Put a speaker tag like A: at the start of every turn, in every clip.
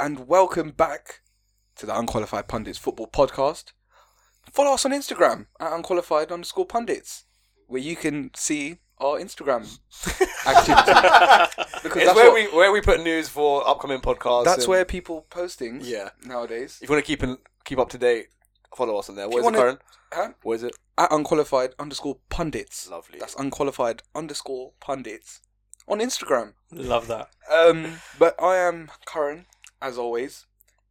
A: and welcome back to the Unqualified Pundits Football Podcast. Follow us on Instagram at unqualified underscore pundits, where you can see our Instagram activity. Because
B: It's
A: that's,
B: where
A: what-
B: we where we put news for upcoming podcasts.
A: that's
B: and-
A: where people post things
B: Yeah.
A: nowadays.
B: If you want to keep in, keep up to date, follow us on there.
A: you
B: What is it,
A: wanna-
B: Karen?
A: Huh?
B: What is it?
A: At unqualified underscore pundits.
B: Lovely.
A: That's unqualified underscore pundits on Instagram.
C: Love that.
A: Um, but I am Curran, as always.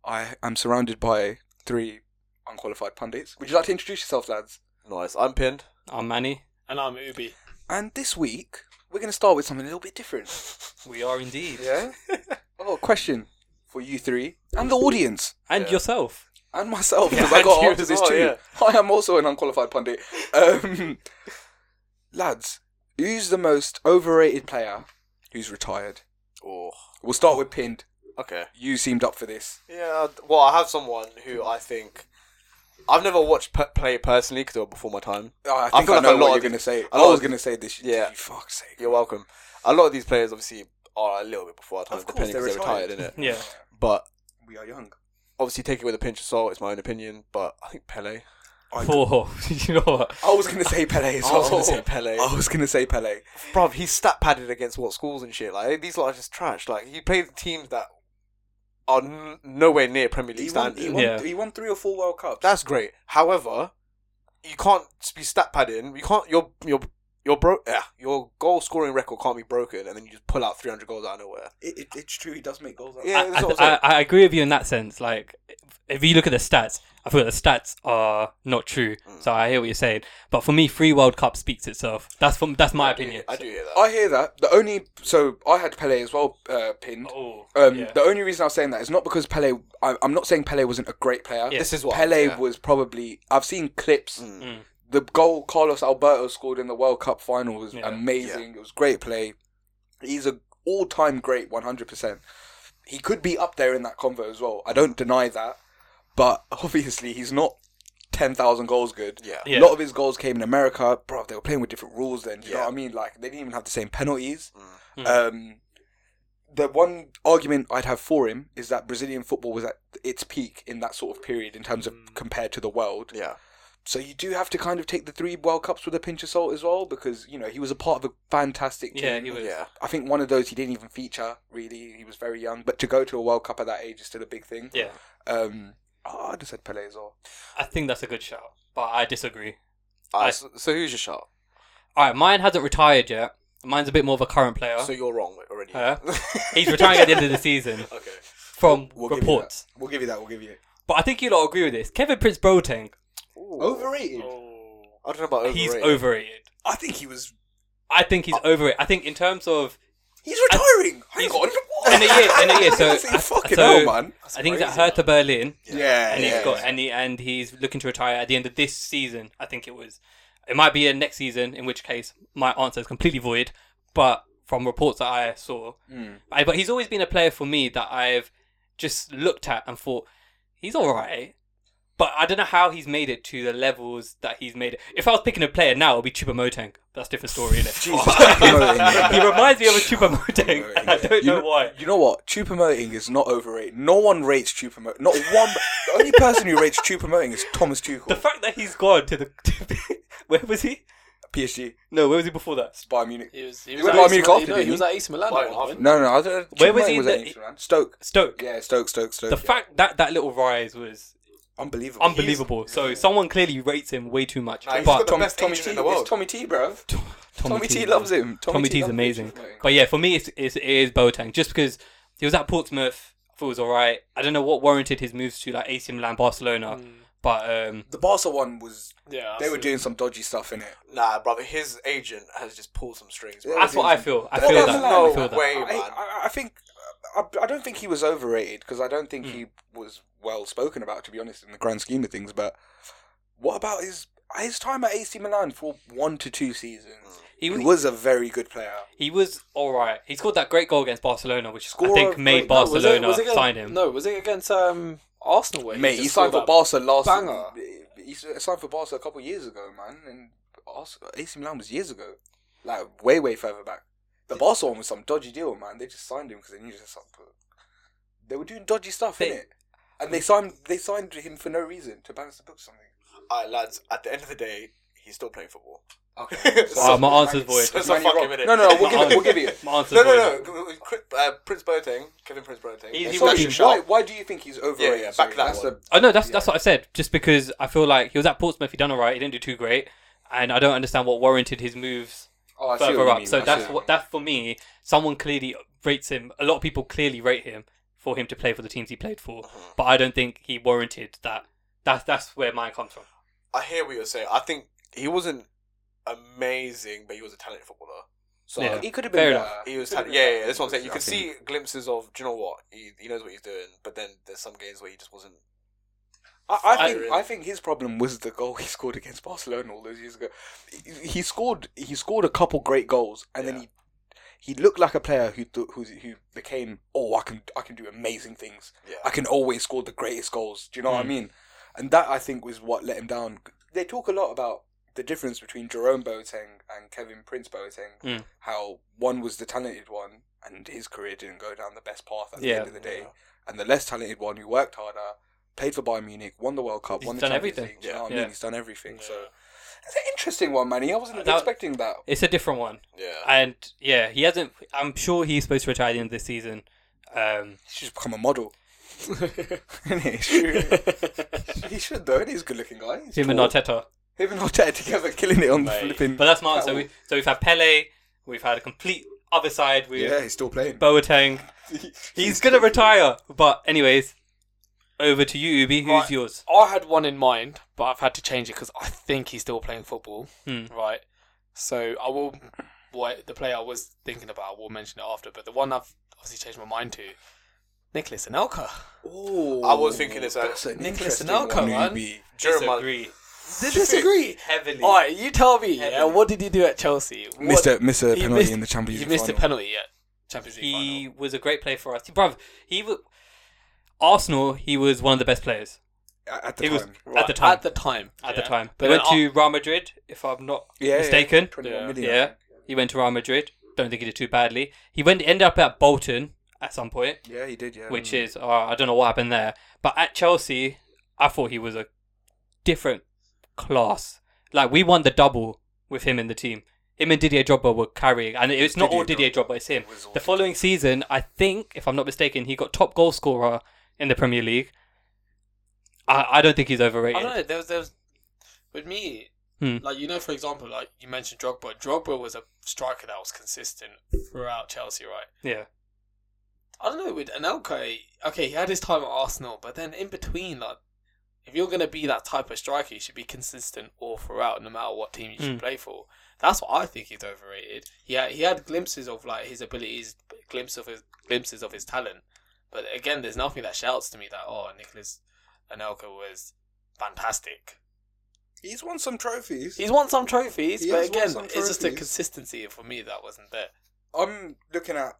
A: I am surrounded by three unqualified pundits. Would you like to introduce yourself, lads?
B: Nice. I'm pinned.
C: I'm Manny.
D: And I'm Ubi.
A: And this week, we're going to start with something a little bit different.
C: We are indeed.
A: Yeah? oh, question for you three and the audience.
C: And yourself.
A: And myself, because
B: Yeah,
A: I got
B: and you
A: after
B: as
A: this
B: well,
A: too.
B: yeah.
A: I am also an unqualified pundit. Um, lads, who's the most overrated player who's retired?
B: Oh.
A: We'll start with Pinned.
B: Okay.
A: You seemed up for this.
B: Yeah. Well, I have someone who I think I've never watched pe- play personally because they were before my time.
A: Oh, I think I,
B: feel like
A: know
B: a lot
A: what you're
B: of
A: going to
B: these-
A: say.
B: a
A: I
B: lot
A: was
B: of-
A: going to say this.
B: Yeah.
A: You fuck's sake.
B: You're welcome. A lot of these players obviously are a little bit before our time,
A: Of course,
B: depending
A: they're
B: because they're retired,
A: retired.
B: innit?
C: Yeah.
B: But
A: We are young.
B: obviously, take it with a pinch of salt. It's my own opinion, but I think Pele.
A: I-
C: Oh, you know what?
A: I was going to say Pele as
B: Oh. I
A: well.
B: was gonna say Pele.
A: I was going to say Pele.
B: Bruv, he's stat padded against what schools and shit. Like these lot are just trash. Like he played teams that are n- nowhere near Premier League
A: He won, he,
B: standard.
A: won,
C: Yeah.
A: he won three or four World Cups.
B: That's great. However, you can't be stat padding. You can't your your your bro yeah, your goal scoring record can't be broken, and then you just pull out three hundred goals out of nowhere.
A: it, it, it's true. He does make goals. out of-
B: Yeah, that's
C: I,
B: what I'm
C: I, I, I agree with you in that sense. Like, if you look at the stats, I feel the stats are not true. So I hear what you're saying. But for me, three World Cup speaks itself. That's from that's my opinion.
B: I do hear that.
A: I hear that. The only so I had Pele as well uh, pinned.
C: Oh,
A: Um,
C: yeah.
A: The only reason I was saying that is not because Pele. I, I'm not saying Pele wasn't a great player.
C: Yeah.
B: This is what
A: Pele
B: yeah.
A: was probably. I've seen clips.
B: Mm.
C: Mm.
A: The goal Carlos Alberto scored in the World Cup final was
C: Yeah.
A: amazing. It was great play. He's a all-time great, 100. percent He could be up there in that convo as well. I don't deny that, but obviously he's not 10,000 goals good.
B: Yeah.
C: Yeah.
A: A lot of his goals came in America, bro. They were playing with different rules then. Do you know
B: Yeah.
A: what I mean? Like they didn't even have the same penalties.
C: Mm.
A: Um, the one argument I'd have for him is that Brazilian football was at its peak in that sort of period in terms of
C: Mm.
A: compared to the world.
B: Yeah,
A: So you do have to kind of take the three World Cups with a pinch of salt as well, because you know he was a part of a fantastic team.
C: Yeah, he was.
B: yeah.
A: I think one of those he didn't even feature really. He was very young, but to go to a World Cup at that age is still a big thing.
C: Yeah.
A: Um, oh, I just said Pele as well.
C: I think that's a good shout, but I disagree.
B: Alright,
C: I-
B: so, so who's your shot?
C: All right, mine hasn't retired yet. Mine's a bit more of a current player.
B: So you're wrong already.
C: Huh? He's retiring at the end of the season
B: okay.
C: from
A: We'll give you
C: reports.
A: that. We'll give you that. We'll give you. It.
C: But I think you lot agree with this. Kevin Prince Boateng,
A: Overrated.
D: Oh.
B: I don't know about overrated.
C: he's overrated.
A: I think he was.
C: I think
A: Oh.
C: he's overrated. I think in terms of
A: He's retiring. Hang
C: he's-
A: on.
C: in a year, in a year. So
A: That's-
C: I-
A: fucking
C: so
A: hell, man.
C: I think he's at Hertha Berlin,
A: Yeah, yeah.
C: and he's got and he, and he's looking to retire at the end of this season. I think it was. It might be a next season, in which case my answer is completely void. But from reports that I saw,
A: Hmm.
C: I, but he's always been a player for me that I've just looked at and thought he's all right. But I don't know how he's made it to the levels that he's made it. If I was picking a player now, it would be Chupa Motang. That's a different story, isn't it?
A: Jesus fucking Moting.
C: he reminds me of a Chupa Motang, and I don't
A: You
C: know why.
A: You know what? Chupamoting is not overrated. No one rates Chupamoting. Not one. the only person who rates Chupamoting is Thomas
C: The
A: Tuchel,
C: fact that he's gone to the to, where was he?
A: PSG,
C: No, where was he before that?
A: Bayern Munich.
D: He was, he
A: He
D: was,
A: went
D: at,
A: by
D: AC,
A: Munich
D: Milan,
A: after,
D: no,
A: didn't
D: he was
A: he?
D: at AC Milan
B: By
D: at one point.
A: No, no, I don't.
C: Where was
A: Choupo-Moting
C: he
A: at
C: that-
A: Inter, man. Stoke.
C: Stoke.
A: Yeah, Stoke, Stoke, Stoke.
C: The
A: yeah.
C: fact that that little rise was
A: unbelievable.
C: unbelievable. so someone clearly rates him way too much.
B: Nah, he's
C: but
B: got the
A: Tom,
B: best
A: Tommy
B: agent
A: T.
B: in the world.
A: It's Tommy T, bro. Tommy, T,
C: T
A: loves him. Tommy,
C: Tommy
A: T
C: T's
A: loves
C: amazing.
A: Chupamoting.
C: But yeah, for me, it's, it's it is Boateng just because he was at Portsmouth. I thought it was all right. I don't know what warranted his moves to like AC Milan, Barcelona,
A: Hmm.
C: but um,
A: The Barca one was.
D: Yeah,
A: They were
D: absolutely.
A: doing some dodgy stuff in it.
B: Nah, brother, his agent has just pulled some strings. Bro.
A: Yeah,
C: that's what I feel. I feel
A: Well,
C: that.
A: no
C: I feel that.
B: way,
A: I,
B: man.
A: I, I think I, I don't think he was overrated because I don't
C: Hmm.
A: think he was well spoken about, to be honest, in the grand scheme of things. But what about his his time at AC Milan for one to two seasons?
C: He
A: He,
B: Hmm.
C: was-
A: was a very good player.
C: He was all right. He scored that great goal against Barcelona, which
A: Scorer
C: I
A: of
C: think
A: great-
C: made
A: no,
D: Was it-
C: Barcelona
D: was it against-
C: sign him.
D: No, was it against um, Arsenal? Where
A: Mate,
D: just
A: he signed for
D: scored
A: Barca last.
D: banger.
A: He signed for Barca a couple of years ago, man, and Ars- AC Milan was years ago, like way way further back. The Barca one was some dodgy deal, man. They just signed him because they needed some. They were doing dodgy stuff
C: They-
A: in it, and they signed they signed him for no reason to balance the book or something.
B: All right, lads. At the end of the day, he's still playing football.
A: Okay.
C: Wow, Uh, my answer's void.
B: so-
A: Man, you're
B: fucking
A: wrong.
B: minute.
A: No, no, no, we'll
C: My
A: give it.
C: answer-
A: We'll give it.
C: My answer
B: No, no, no. Uh, Prince Boateng, Kevin Prince Boateng.
C: He- he
B: He's
C: was-
B: such a
A: Sorry, why,
B: sharp.
A: why do you think he's overrated?
B: Yeah, yeah, back
A: Sorry,
B: to that
A: that's
B: one.
A: the-
C: Oh no, that's that's what I said. Just because I feel like he was at Portsmouth, he done all right. He didn't do too great, and I don't understand what warranted his moves
A: oh, I see
C: further
A: you
C: up.
A: mean, I
C: So
A: see
C: that's
A: you
C: what
A: mean.
C: that for me. Someone clearly rates him. A lot of people clearly rate him for him to play for the teams he played for,
A: Uh-huh.
C: but I don't think he warranted that. That's that's where mine comes from.
B: I hear what you're saying. I think he wasn't amazing, but he was a talented footballer. So
C: Yeah.
A: He could have
C: Fair
A: been.
C: enough.
A: better.
B: he was
A: Could have been
B: talented. Yeah,
A: better.
B: yeah, that's what I'm saying. You
A: I
B: can
A: think-
B: see glimpses of, do you know what? He, he knows what he's doing, but then there's some games where he just wasn't.
A: I, I
C: I-
A: think I think his problem was the goal he scored against Barcelona all those years ago. He- He scored he scored a couple great goals, and then
B: Yeah.
A: he he looked like a player who th- who who became oh I can I can do amazing things.
B: Yeah.
A: I can always score the greatest goals. Do you know
C: Mm.
A: what I mean? And that I think was what let him down. They talk a lot about the difference between Jerome Boateng and Kevin Prince Boateng.
C: Mm.
A: How one was the talented one, and his career didn't go down the best path at the
C: Yeah.
A: end of the day, and the less talented one who worked harder played for Bayern Munich, won the World Cup,
C: He's
A: won the
C: done
A: Champions
C: everything.
A: League. Do you know
B: Yeah.
A: what I mean?
C: Yeah.
A: He's done everything. So
D: Yeah.
A: it's an interesting one, Manny. I wasn't
C: Uh, that-
A: expecting that.
C: It's a different one,
B: Yeah.
C: and yeah, he hasn't. I'm sure he's supposed to retire at the end of this season. Um,
A: He should just become a model. It's true. he should though. He's a good-looking guy. He's
C: him and
A: tall.
C: Arteta.
A: Him and Arteta together, killing it on the
D: Mate.
A: flipping.
C: But that's my answer.
A: That
C: We, so we've had Pele. We've had a complete other side with
A: yeah, he's still playing.
C: Boateng. He's gonna retire. But anyways, over to you, Ubi. Who's
D: Right.
C: yours?
D: I had one in mind, but I've had to change it because I think he's still playing football.
C: Hmm.
D: Right. So I will. What the player I was thinking about, I will mention it after. But the one I've obviously changed my mind to, Nicholas Anelka.
A: Oh,
B: I was thinking this, uh,
A: That's an
D: Nicholas
A: interesting
D: Anelka,
A: one,
D: man.
A: Ubi.
B: Jeremiah.
C: Disagree
D: They disagree.
C: heavily.
D: All right, you tell me.
C: Heavily.
D: Yeah, what did he do at Chelsea? What-
A: Missed a, missed a
D: He
A: penalty
D: missed-
A: in the Champions
D: He
A: League
D: missed a
A: final.
D: penalty at Champions League
C: he
D: final.
C: was a great player for us, bruv. He was Arsenal. He was one of the best players
A: A- at the
C: He was-
A: time.
C: at the time.
D: At the time.
C: at the
D: yeah.
C: time.
D: But
C: he went
D: then
C: to Real Madrid, if I'm not
A: Yeah, yeah,
C: mistaken.
A: 21
D: Yeah.
A: million, I
C: Yeah,
A: think.
C: he went to Real Madrid. Don't think he did too badly. He went ended up at Bolton at some point,
A: yeah, he did. Yeah,
C: which is uh, I don't know what happened there. But at Chelsea, I thought he was a different class. Like we won the double with him in the team. Him and Didier Drogba were carrying, and it's not all
A: Didier
C: Didier Drogba, it's him.
A: was all
C: The following season, I think, if I'm not mistaken, he got top goal scorer in the Premier League. I, I don't think he's
D: I
C: overrated.
D: don't know. There was, there was with me,
C: Hmm.
D: like you know, for example, like you mentioned Drogba. Drogba was a striker that was consistent throughout Chelsea, right?
C: Yeah,
D: I don't know with Anelka. Okay, he had his time at Arsenal, but then in between, like if you're gonna be that type of striker, you should be consistent all throughout, no matter what team you should
C: Hmm.
D: play for. That's what I think he's overrated. He had, he had glimpses of like his abilities, glimpses of his glimpses of his talent, but again, there's nothing that shouts to me that oh, Nicholas Anelka was fantastic.
A: he's won some trophies.
D: He's won some trophies,
A: He
D: but
A: has won
D: again,
A: some
D: it's just the
A: trophies.
D: consistency for me that wasn't there.
A: I'm looking at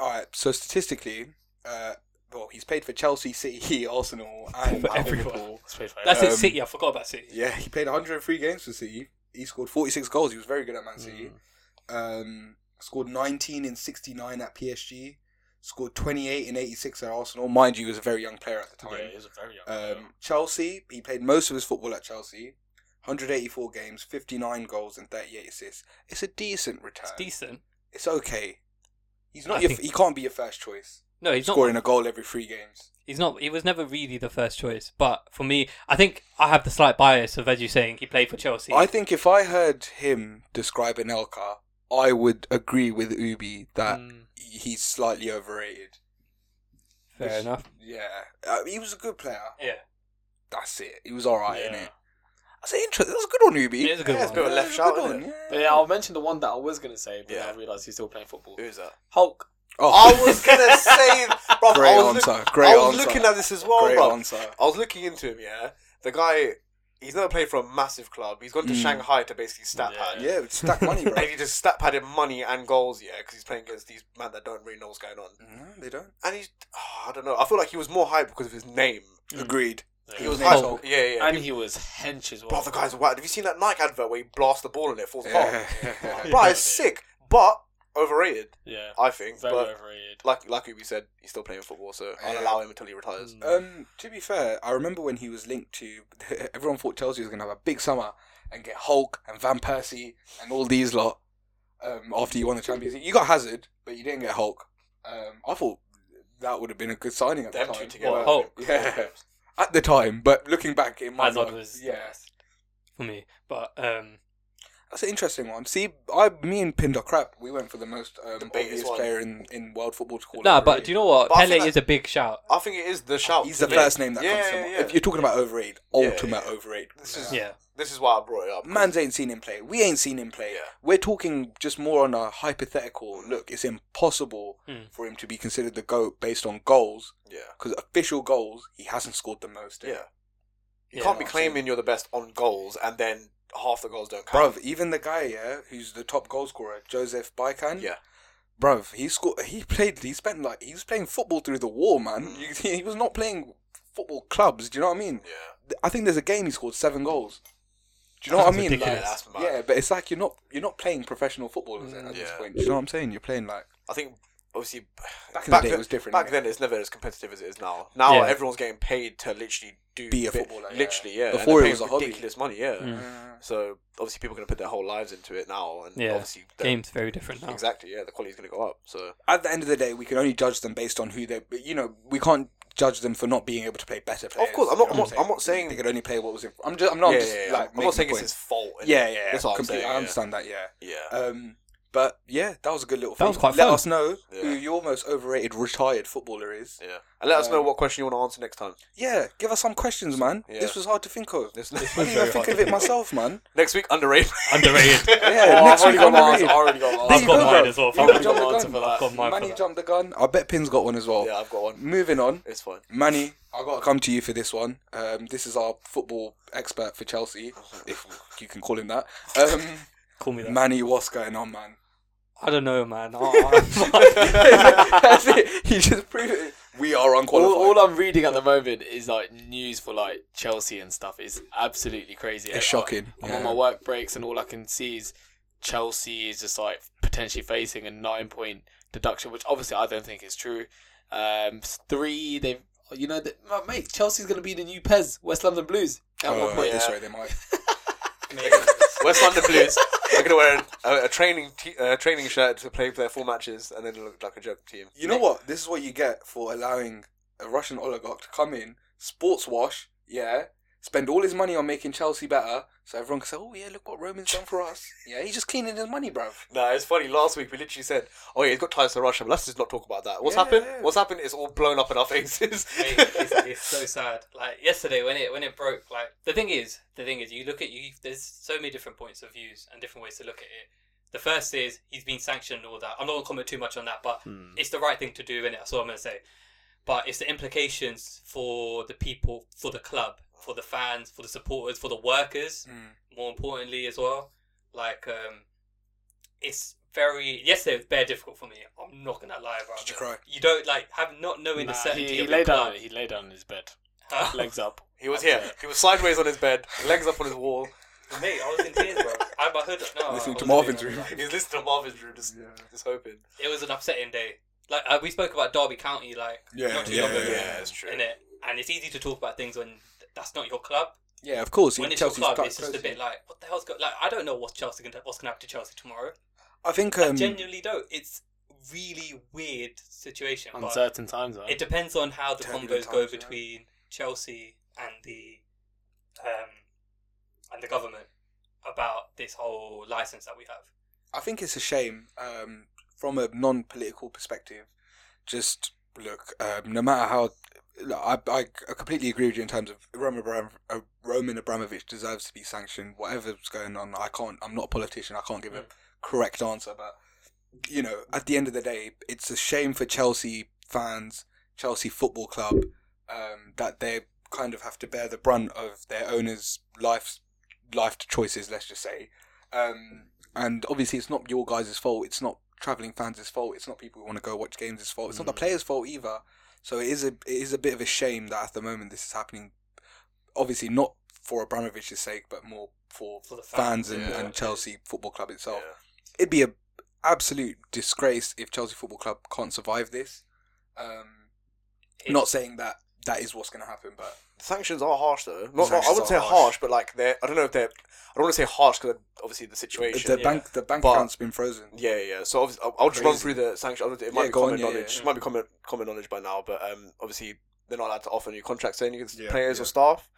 A: all right. So statistically, uh, well, he's played for Chelsea, City, Arsenal, and
C: For everyone.
A: Liverpool.
D: It's pretty funny.
C: that's
A: Um,
C: it. City. I forgot about City.
A: Yeah, he played 103 games for City. He scored 46 goals. He was very good at Man
D: Mm.
A: City. Um, scored 19 in 69 at PSG. Scored 28 in 86 at Arsenal. Mind you, he was a very young player at the time.
D: Oh, Yeah, he was a very young player.
A: Um, Chelsea, he played most of his football at Chelsea. 184 games, 59 goals, and 38 assists. It's a decent return.
C: It's decent.
A: It's okay. He's
C: I
A: not. Your,
C: think-
A: He can't be your first choice.
C: No, he's not.
A: scoring a goal every three games.
C: He's not. He was never really the first choice. But for me, I think I have the slight bias of as you saying he played for Chelsea.
A: I think if I heard him describe Anelka, I would agree with Ubi that
D: Mm.
A: he's slightly overrated.
C: Fair enough.
A: Yeah, uh, he was a good player.
C: Yeah,
A: That's it. He was all right in
D: Yeah.
A: it. That's an interesting. That was a good one, Ubi.
C: it is a good
B: Yeah, it's
C: one.
B: been- Bit of a left
A: that was
B: shout,
A: good
B: innit?
A: one,
D: But yeah, I'll mention the one that I was going to say, but
B: Yeah.
D: then I realised he's still playing football.
B: Who's that?
D: Hulk.
A: Oh,
B: I was gonna say, bro,
A: Great
B: I was, look-
A: answer, great
B: I was
A: answer.
B: looking at this as well,
A: great
B: bro.
A: answer.
B: I was looking into him. Yeah, the guy, he's never played for a massive club. He's gone to
A: Mm.
B: Shanghai to basically stat
D: Yeah.
B: pad.
A: Yeah, it's stack money, bro.
B: And he just stat padded money and goals, yeah, because he's playing against these men that don't really know what's going on.
A: no, they don't.
B: And he's, oh, I don't know. I feel like he was more hyped because of his name.
A: Agreed.
B: He was
A: His name's
B: hyped.
A: Hulk.
B: Yeah, yeah.
D: And
B: He-
D: he was hench as well.
B: bro, the guy's wild. Have you seen that Nike advert where he blasts the ball and it falls apart?
A: Yeah.
B: Bro, it's sick. But overrated,
D: Yeah,
B: I think.
D: very
B: but
D: overrated.
B: like like we said, he's still playing football, so I'll
A: Yeah.
B: allow him until he retires.
D: Mm.
A: Um, to be fair, I remember when he was linked to. Everyone thought Chelsea was going to have a big summer and get Hulk and Van Persie and all these lot. Um, after you won the Champions League, you got Hazard, but you didn't get Hulk. Um, I thought that would have been a good signing at
B: Them
A: the
B: two
A: time.
B: together.
A: Well,
C: Hulk.
A: Yeah, at the time, but looking back, it might
C: Hazard
A: not.
C: was the
A: yeah,
C: best for me. But um,
A: that's an interesting one. See, I, me and Pinder crap. We went for the most um,
B: biggest
A: obvious
B: one.
A: player in, in world football to call.
C: no,
A: it,
C: but
A: really.
C: do you know what?
B: But I feel
C: Pele
B: like-
C: is a big shout.
B: I think it is the shout.
A: He's the
B: to me.
A: first name that
B: Yeah,
A: comes to
B: yeah,
A: mind.
B: yeah.
A: If you're talking about overrated, ultimate
B: yeah.
A: overrated.
B: This is-
C: Yeah,
B: This is why I brought it up. 'cause
A: Mans ain't seen him play. We ain't seen him play.
B: Yeah.
A: We're talking just more on a hypothetical. Look, it's impossible
C: Mm.
A: for him to be considered the GOAT based on goals
B: Yeah,
A: because official goals, he hasn't scored the most. in.
B: yeah. You
C: Yeah,
B: can't be
A: I've
B: claiming you're the best on goals and then half the goals don't count.
A: Bruv, even the guy, yeah, who's the top goal scorer, Joseph Baikan.
B: Yeah.
A: Bruv, he scored, he played, he spent like, he was playing football through the war, man.
B: Hmm.
A: You, he was not playing football clubs. Do you know what I mean?
B: Yeah.
A: I think there's a game he scored seven goals. Do you know what I
C: That's
A: mean?
C: ridiculous.
A: Like,
B: That's mad.
A: yeah, but it's like you're not you're not playing professional football is it, at this
B: Yeah.
A: point. Do you know what I'm saying? You're playing like
B: I think obviously
A: back in
B: back
A: the day
B: then,
A: it was different.
B: back
A: innit?
B: then it's never as competitive as it is now. Now
C: Yeah.
B: everyone's getting paid to literally do
A: Be a
B: bit-
A: footballer, yeah.
B: Literally, yeah.
A: Before it
B: and they're
A: was
B: paying
A: a hobby.
B: ridiculous money, yeah.
C: Mm.
A: Uh,
B: So obviously people are going to put their whole lives into it now, and
C: Yeah.
B: obviously the-
C: game's very different now.
B: exactly, yeah, the quality's going to go up. So
A: at the end of the day, we can only judge them based on who they. but, You know, we can't judge them for not being able to play better players.
B: Of course, I'm
A: you
B: not-
A: know
B: I'm
A: what
B: not- I'm not saying-
A: they could only play what was in. I'm just. I'm not.
B: yeah,
A: I'm just
B: yeah, yeah.
A: like.
B: I'm not saying
A: making points.
B: it's his fault. innit?
A: Yeah, yeah.
B: That's what I'm
A: complete-
B: saying,
A: I
B: yeah.
A: understand that. Yeah.
B: yeah.
A: Um, but yeah, that was a good little.
C: That
A: thing.
C: was quite
A: Let
C: fun.
A: us know who
B: Yeah.
A: your most overrated retired footballer is.
B: Yeah. And let us know
A: um,
B: what question you want to answer next time.
A: Yeah, give us some questions, man.
B: Yeah.
A: This was hard to think of.
B: This-
A: I didn't even think of it myself, man.
B: next week, underrated.
C: Underrated.
A: Yeah,
D: Oh,
A: next
D: I've
A: week
D: already got mine.
A: underrated.
D: I've already got
A: There
D: mine.
C: I've
A: you
C: got
A: go,
C: mine
A: bro.
C: as well.
A: You've
D: I've
A: already
C: I've
D: got
A: jumped
D: my
A: the
D: answer for
A: gun.
D: that.
C: got mine for
A: Manny
C: that.
A: jumped the gun. I bet Pin's got one as well.
B: yeah, I've got one.
A: Moving on,
B: It's fine.
A: Manny, I gotta come to you for this one. Um, this is our football expert for Chelsea, if you can call him that. Um,
C: Call me that.
A: Manny, what's going on, man?
C: I don't know, man. I-
A: That's it. He just proved it. We are
D: All,
A: unqualified.
D: all I'm reading at the moment is like news for like Chelsea and stuff. It's absolutely crazy.
A: it's shocking.
D: I'm
A: Yeah.
D: on my work breaks and all I can see is Chelsea is just like potentially facing a nine point deduction, which obviously I don't think is true. Um, three, they've you know, that my mate, Chelsea's going to be the new Pez, West London Blues. At
A: Oh,
D: one point,
A: this way they might.
B: West London Blues are going to wear a, a training t- uh, training shirt to play their full matches, and then look like a joke team.
A: You know what? This is what you get for allowing a Russian oligarch to come in, sports wash, yeah, spend all his money on making Chelsea better, so everyone can say, "Oh yeah, look what Roman's done for us." Yeah, he's just cleaning his money, bruv.
B: No, it's funny. Last week we literally said, "Oh yeah, he's got ties to Russia." But let's just not talk about that. What's
A: Yeah,
B: happened?
A: yeah.
B: What's happened is all blown up in our faces.
C: Mate, it's, it's so sad. Like yesterday when it when it broke, like the thing is, the thing is, you look at you. There's so many different points of views and different ways to look at it. The first is he's been sanctioned and all that. I'm not gonna comment too much on that, but
A: Hmm.
C: it's the right thing to do, and that's what I'm gonna say. But it's the implications for the people, for the club, for the fans, for the supporters, for the workers
A: Mm,
C: more importantly as well. Like, um, it's very yesterday was very difficult for me. I'm not gonna lie about
A: Did you cry?
C: You don't like have not knowing
D: Nah,
C: the certainty
D: he, he
C: of
D: lay
C: your
D: down.
C: club.
D: He lay down in his bed,
C: Uh,
D: legs up.
B: he was here. He was sideways on his bed, legs up on his wall.
C: Mate, I was in tears, bro. I had my hood up. No, I
A: Listening to
C: wasn't
A: Marvin's
C: doing
A: room.
C: that.
B: He's listening to Marvin's room, just,
A: Yeah.
B: just hoping.
C: It was an upsetting day. Like uh, we spoke about Derby County, like
A: Yeah,
C: not too
A: yeah,
C: long
A: yeah,
C: ago,
A: yeah,
B: it's true.
C: in it, and it's easy to talk about things when th- that's not your club.
A: Yeah, of course.
C: when it's
A: Chelsea's
C: your club,
A: cut
C: it's just a
A: Chelsea.
C: bit like what the hell's going. Like I don't know what Chelsea gonna, what's gonna happen to Chelsea tomorrow.
A: I think um,
C: Genuinely, though, it's really weird situation. but-
D: Uncertain times, man.
C: It depends on how the
A: Turbulent
C: combos go
A: times, yeah.
C: between Chelsea and the um, and the government about this whole license that we have.
A: I think it's a shame um, from a non-political perspective. Just look, um, no matter how, look, I, I I completely agree with you in terms of Roman, Abram, uh, Roman Abramovich deserves to be sanctioned. Whatever's going on, I can't. I'm not a politician. I can't give a
C: Mm.
A: correct answer, but you know, at the end of the day, it's a shame for Chelsea fans, Chelsea Football Club, um, that they kind of have to bear the brunt of their owners' life life choices. Let's just say. Um, and obviously, it's not your guys' fault. It's not traveling fans' fault. It's not people who want to go watch games' fault. It's not the players' fault either. So it is a it is a bit of a shame that at the moment this is happening. Obviously, not for Abramovich's sake, but more for,
C: For the
A: fans,
C: fans,
A: and,
B: yeah.
A: and Chelsea Football Club itself.
B: Yeah.
A: It'd be a absolute disgrace if Chelsea Football Club can't survive this. Um, not saying that that is what's going to happen, but
B: Sanctions are harsh though. Not, I
A: Sanctions
B: wouldn't
A: are
B: say harsh.
A: harsh.
B: but like they're. I don't know if they're. I don't want to say harsh because obviously the situation.
A: the bank the bank
B: But-
A: account's been frozen.
B: Yeah, yeah. So obviously, I'll, I'll just run
A: Crazy.
B: through the sanctions. I don't- It might
A: Yeah,
B: be
A: go on,
B: common
A: yeah,
B: knowledge.
A: yeah.
B: It might be common common knowledge by now. But um, obviously, they're not allowed to offer new contracts to any of the
A: Yeah,
B: players
A: yeah.
B: or staff.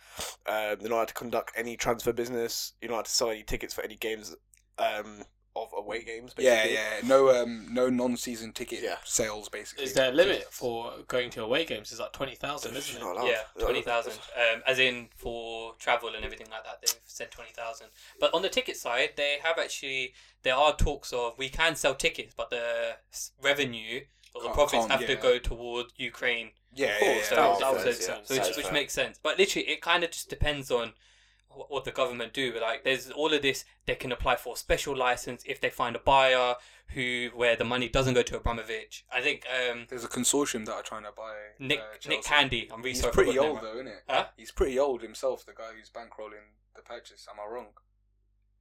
B: Um, they're not allowed to conduct any transfer business. You're not allowed to sell any tickets for any games, um, of away games.
A: Yeah,
B: Basically.
A: yeah. No, um, no non-season ticket
B: Yeah.
A: sales basically.
D: Is there a limit for going to away games? It's like twenty thousand,
B: They're
D: isn't
B: just
D: it?
B: not allowed.
C: Yeah, twenty thousand. Um, as in for travel and everything like that, they've said twenty thousand. But on the ticket side, they have actually there are talks of we can sell tickets, but the s- revenue or the
A: Can't-
C: profits
A: can't,
C: have to
A: yeah.
C: go toward Ukraine.
A: Yeah,
C: Of
A: yeah,
C: course,
A: yeah,
C: so
A: yeah.
C: that
B: fair,
C: was-
B: yeah.
C: so which,
B: That's
C: which
B: fair.
C: makes sense. But literally, it kind of just depends on wh- what the government do. But, Like, there's all of this. They can apply for a special license if they find a buyer who where the money doesn't go to Abramovich. I think um,
A: There's a consortium that are trying to buy
C: Nick
A: uh,
C: Nick
A: Chelsea.
C: Candy. I'm really
A: He's
C: sorry. I
A: pretty
C: forgot his
A: old
C: name, right?
A: though, isn't it?
C: Huh?
A: He's pretty old himself. The guy who's bankrolling the purchase. Am I wrong?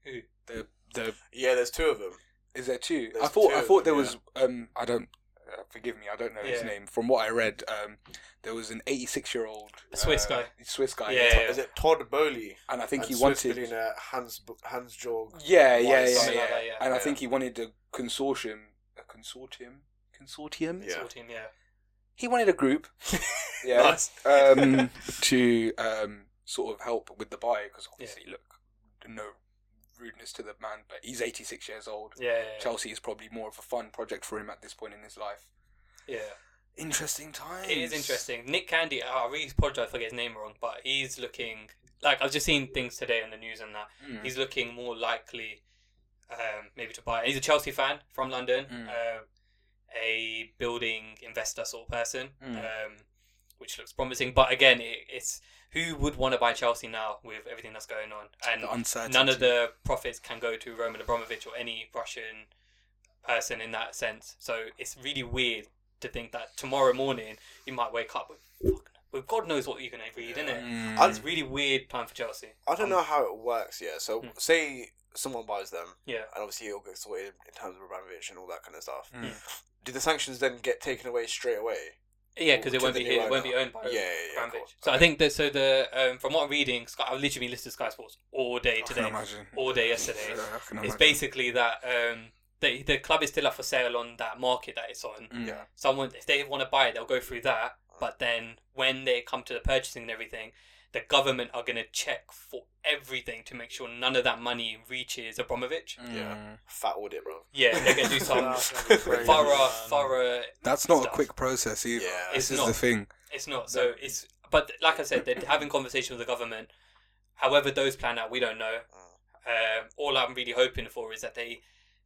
C: Who?
A: The the
B: Yeah, there's two of them.
A: Is there two? I
B: There's
A: thought
B: two
A: I
B: of
A: thought there
B: them,
A: was. Um, I don't. Uh, forgive me. I don't know his
C: Yeah.
A: name. From what I read, um, there was an 86 year old
C: A Swiss guy.
A: Swiss guy.
C: Yeah, yeah,
B: Is it Todd Bowley?
A: And I think
B: and
A: he
B: Swiss
A: wanted.
B: billionaire Hans Hans Jorg.
A: Yeah, yeah,
B: White,
A: yeah, yeah,
C: something like that, yeah.
A: And I
B: Yeah.
A: think he wanted a consortium. A consortium. Consortium.
B: Yeah.
C: Sort him, yeah.
A: He wanted a group. yeah. um, to um, sort of help with the buy because obviously, look, no rudeness to the man, but he's 86 years old.
C: Yeah, yeah, yeah.
A: Chelsea is probably more of a fun project for him at this point in his life.
C: Yeah.
A: Interesting times.
C: It is interesting. Nick Candy, oh, I really apologize if I get his name wrong, but he's looking like I've just seen things today on the news and that
A: Mm.
C: he's looking more likely, um, maybe to buy. He's a Chelsea fan from London,
A: Mm.
C: um, a building investor sort of person,
A: Mm.
C: um, which looks promising. But again, it, it's who would want to buy Chelsea now with everything that's going on and
A: The uncertainty.
C: none of the profits can go to Roman Abramovich or any Russian person in that sense. So it's really weird to think that tomorrow morning you might wake up with, fuck, with God knows what you're going to read,
B: Yeah.
C: innit?
A: Mm.
C: That's really weird plan for Chelsea.
B: I don't
C: Um,
B: know how it works. Yeah. So
C: Mm.
B: say someone buys them,
C: Yeah.
B: and obviously it all gets sorted in terms of Abramovich and all that kind of stuff.
A: Mm.
B: Do the sanctions then get taken away straight away?
C: Yeah, because it
B: To
C: won't
B: the
C: be
B: new
C: here. It won't
B: owner.
C: be owned by
B: Yeah, yeah, yeah,
C: Abramovich.
B: cool.
C: So I
B: Okay.
C: think that so the um, from what I'm reading, Sky, I've literally listed Sky Sports all day
A: I
C: today,
A: can imagine.
C: all day
A: Yeah, I
C: yesterday.
A: can
C: It's
A: imagine.
C: basically that um, the the club is still up for sale on that market that it's on.
A: Mm.
B: Yeah.
C: someone if they want to buy it they'll go through that but then when they come to the purchasing and everything the government are going to check for everything to make sure none of that money reaches abramovich
A: Mm.
B: Yeah. Fat audit, bro.
C: yeah they're going to do some
D: That's gonna be crazy,
C: thorough
D: man.
C: thorough
A: That's not
C: Stuff.
A: a quick process either.
B: Yeah.
A: This
C: It's
A: is
C: not.
A: the thing.
C: it's not so it's but like i said they're having conversations with the government however those plan out we don't know
B: Mm.
C: um, all i'm really hoping for is that they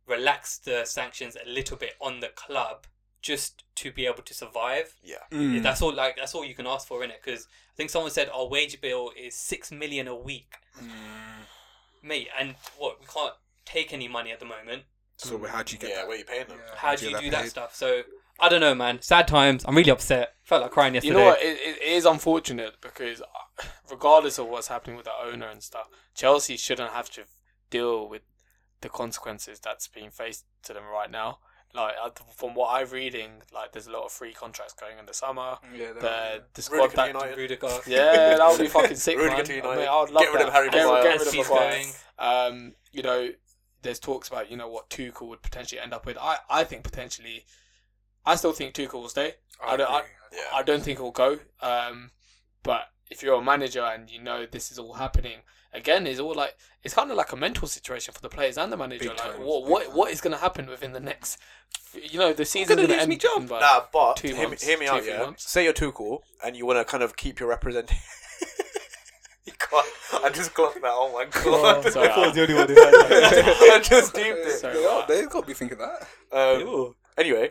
C: relax the sanctions a little bit on the club just to be able to survive
B: Yeah.
A: Mm.
C: That's all like that's all you can ask for in it because I think someone said our wage bill is six million a week,
A: Mm.
C: mate. And what we can't take any money at the moment.
A: So
C: Hmm.
A: wait, how do you get
B: yeah.
A: that?
B: Where you paying them?
A: Yeah,
C: How do you
A: get
C: do that
A: paid?
C: stuff? So I don't know, man. Sad times. I'm really upset. Felt like crying
D: You
C: yesterday.
D: know what? It, it is unfortunate because, uh, regardless of what's happening with the owner and stuff, Chelsea shouldn't have to deal with the consequences that's being faced to them right now. Like uh, from what I'm reading, like there's a lot of free contracts going in the summer.
A: Yeah, that-
D: The the
B: Rudiger
D: squad
B: to
D: that
B: United.
C: Rudiger.
D: yeah, that would be fucking sick,
B: Rudiger
D: man.
B: to
D: I
B: United.
D: mean, I would love
B: Get rid of
D: that.
B: Harry
D: Get-
B: Maguire.
D: get rid of
C: Cancelo
D: Maguire.
C: going.
D: um, you know, there's talks about you know what Tuchel would potentially end up with. I, I think potentially, I still think Tuchel will stay. I don't-
A: agree.
B: Yeah.
D: I don't think it will go. Um, but if you're a manager and you know this is all happening again, it's all like it's kind of like a mental situation for the players and the manager.
A: Big
D: like,
A: time,
D: what
A: big
D: what
A: time.
D: what is going to happen within the next? You know, the season
C: gonna
D: going to
C: lose
D: end.
C: me job.
D: in about-
B: Nah, but
D: Two
B: hear, me-
D: months,
B: hear me
D: two,
B: out,
D: three
B: yeah.
D: months.
B: Say you're too cool and you want to kind of keep your represent. you can't. I just got that. Oh my god!
D: Sorry, uh, I-
C: the only one who heard that.
B: I just deeped it.
D: Sorry.
A: Yeah, They've got to be thinking that.
B: Um,
C: Ew.
B: anyway,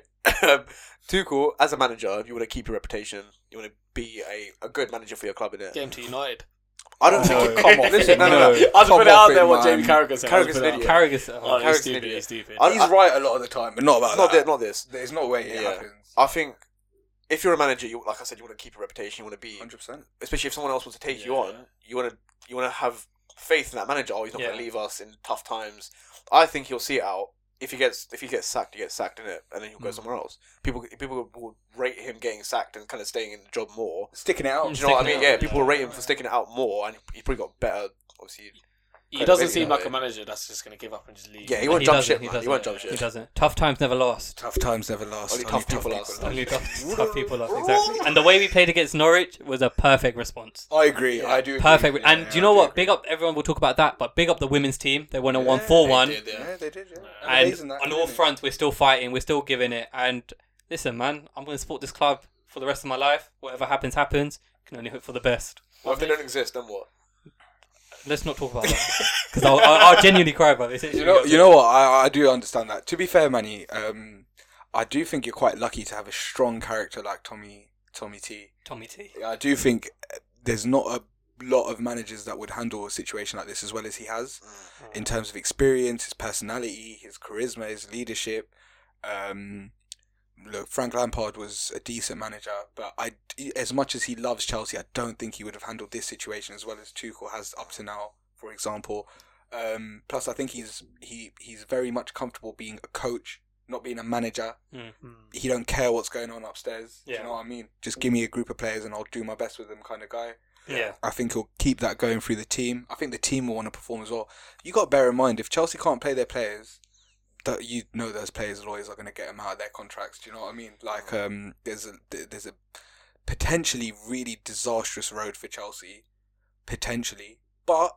B: Tuchel, as a manager, you want to keep your reputation. You want to be a, a good manager for your club, innit?
D: Game to United.
B: I don't think.
A: come off
B: Listen,
A: it,
B: no, no, no.
A: no.
D: I'll just
A: Come
D: put it out
A: off
D: there
A: it,
D: what
A: man.
D: Jamie Carragher said. I'll
B: Carragher's
D: just put
B: an
D: it out
B: idiot.
D: there.
C: Carragher's at
D: Oh,
C: home.
B: Carragher's
D: he's
B: an
D: stupid.
B: idiot.
D: He's stupid.
B: I-
A: He's right a lot of the time, but not about
B: Not
A: that.
B: this. Not this.
A: There's no way it
B: Yeah.
A: happens.
B: I think if you're a manager, you like I said, you want to keep your reputation. You want to be,
A: 100%.
B: especially if someone else wants to take you
D: Yeah.
B: on. You want to you want to have faith in that manager. Oh, he's not
C: Yeah.
B: going to leave us in tough times. I think he'll see it out. if he gets if he gets sacked, he gets sacked in it, and then he'll
C: Hmm.
B: go somewhere else. People people will rate him getting sacked and kind of staying in the job more.
A: Sticking out.
B: Do you know what I
C: Sticking
B: mean?
C: out,
B: yeah,
C: yeah.
B: people will rate him for sticking it out more, and he probably got better. Obviously,
D: He doesn't
B: Credibility
D: seem
B: that
D: like a
B: way.
D: manager that's just going to give up and just leave.
B: yeah, he
C: But
B: won't jump
C: doesn't,
B: shit, man. He, won't jump
C: doesn't, He
B: shit.
C: doesn't. Tough times never last.
A: Tough times never last.
B: Only tough people last.
C: Only tough, tough people last. Exactly. And the way we played against Norwich was a perfect response.
A: I agree. I do. agree.
C: Perfect.
A: Yeah,
C: and
A: yeah,
C: do you
A: I
C: know what?
A: agree.
C: Big up everyone. We'll talk about that. But big up the women's team. They won a
A: Yeah,
C: one four
B: They
C: one.
B: did, yeah.
A: Yeah, they did. Yeah. Amazing
C: and
A: that,
C: on
A: isn't
C: all
A: it?
C: fronts, we're still fighting. We're still giving it. And listen, man, I'm going to support this club for the rest of my life. Whatever happens, happens. Can only hope for the best.
B: Well, if they don't exist, then what?
C: Let's not talk about that because I'll, I'll, I'll genuinely cry about this.
A: You know, you know what? I, I do understand that. To be fair, Manny, um, I do think you're quite lucky to have a strong character like Tommy Tommy T.
C: Tommy T.
A: I do think uh, there's not a lot of managers that would handle a situation like this as well as he has in terms of experience, his personality, his charisma, his leadership. Um, look, Frank Lampard was a decent manager, but I, as much as he loves Chelsea, I don't think he would have handled this situation as well as Tuchel has up to now. For example, um, plus I think he's he he's very much comfortable being a coach, not being a manager.
C: Hmm.
A: He don't care what's going on upstairs. Do
C: Yeah.
A: you know what I mean? Just give me a group of players and I'll do my best with them, kind of guy.
C: Yeah.
A: I think he'll keep that going through the team. I think the team will want to perform as well. You got to bear in mind if Chelsea can't play their players, that you know those players' lawyers are going to get them out of their contracts. Do you know what I mean? Like,
C: Mm.
A: um, there's a th- there's a potentially really disastrous road for Chelsea, potentially. But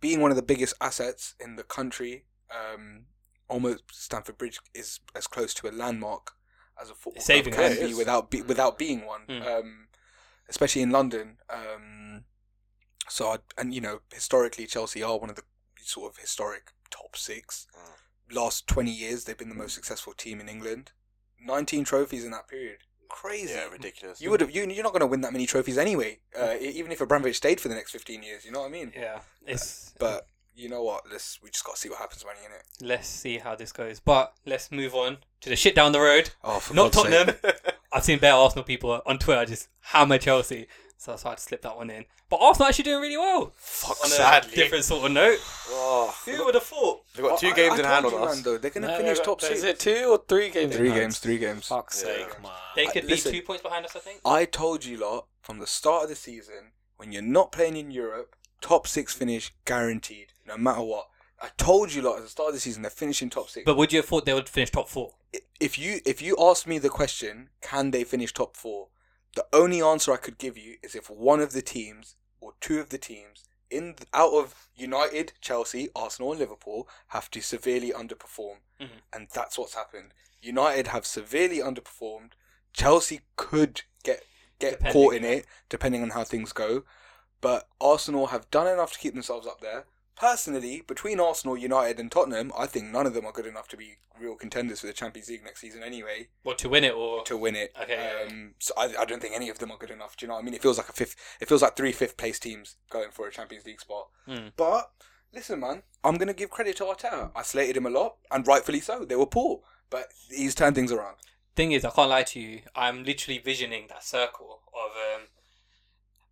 A: being one of the biggest assets in the country, um, almost Stamford Bridge is as close to a landmark as a football
C: Saving
A: club
B: grace.
A: can be without be, without being one.
C: Mm.
A: Um, especially in London. Um, so I, and you know historically Chelsea are one of the sort of historic top six.
C: Hmm.
A: Last twenty years they've been the most successful team in England. Nineteen trophies in that period. Crazy.
B: Yeah, ridiculous.
A: You would have. You, you're not going to win that many trophies anyway. Uh, e- even if Abramovich stayed for the next fifteen years, you know what I mean.
C: Yeah. It's
A: But you know what? Let's. We just got to see what happens when you're in it.
C: let's see how this goes. But let's move on to the shit down the road.
A: Oh, for
C: Not Tottenham. I've seen better Arsenal people on Twitter just hammer Chelsea. So I tried to slip that one in. But Arsenal actually doing really well.
B: Fuck,
C: On a
B: sadly.
C: different sort of note.
B: Oh,
C: Who would have thought?
B: they've got two games in hand on us.
A: though. They're going to
D: No,
A: finish
D: they've
A: top
D: got-
A: six.
D: Is it two or three games?
A: Three
D: in hand?
A: games. Three games.
D: Fuck's
B: Yeah.
D: sake, man.
C: They could be
A: listen.
C: two points behind us, I think.
A: I told you lot from the start of the season when you're not playing in Europe, top six finish guaranteed, no matter what. I told you lot at the start of the season they're finishing top six.
C: But would you have thought they would finish top four?
A: if you if you asked me the question, can they finish top four? The only answer I could give you is if one of the teams or two of the teams in out of United, Chelsea, Arsenal, and Liverpool have to severely underperform,
C: Mhm.
A: and that's what's happened. United have severely underperformed. Chelsea could get get
C: Depending.
A: caught in it, depending on how things go. But Arsenal have done enough to keep themselves up there. Personally, between Arsenal, United, and Tottenham, I think none of them are good enough to be real contenders for the Champions League next season anyway
C: Well, to win it or
A: to win it.
C: Okay, yeah,
A: Um, so I, I don't think any of them are good enough. Do you know what I mean? It feels like a fifth. It feels like three fifth place teams going for a Champions League spot.
C: Hmm.
A: But listen, man, I'm gonna give credit to Arteta. I slated him a lot, and rightfully so. They were poor, but he's turned things around.
C: thing is, I can't lie to you. I'm literally visioning that circle of um,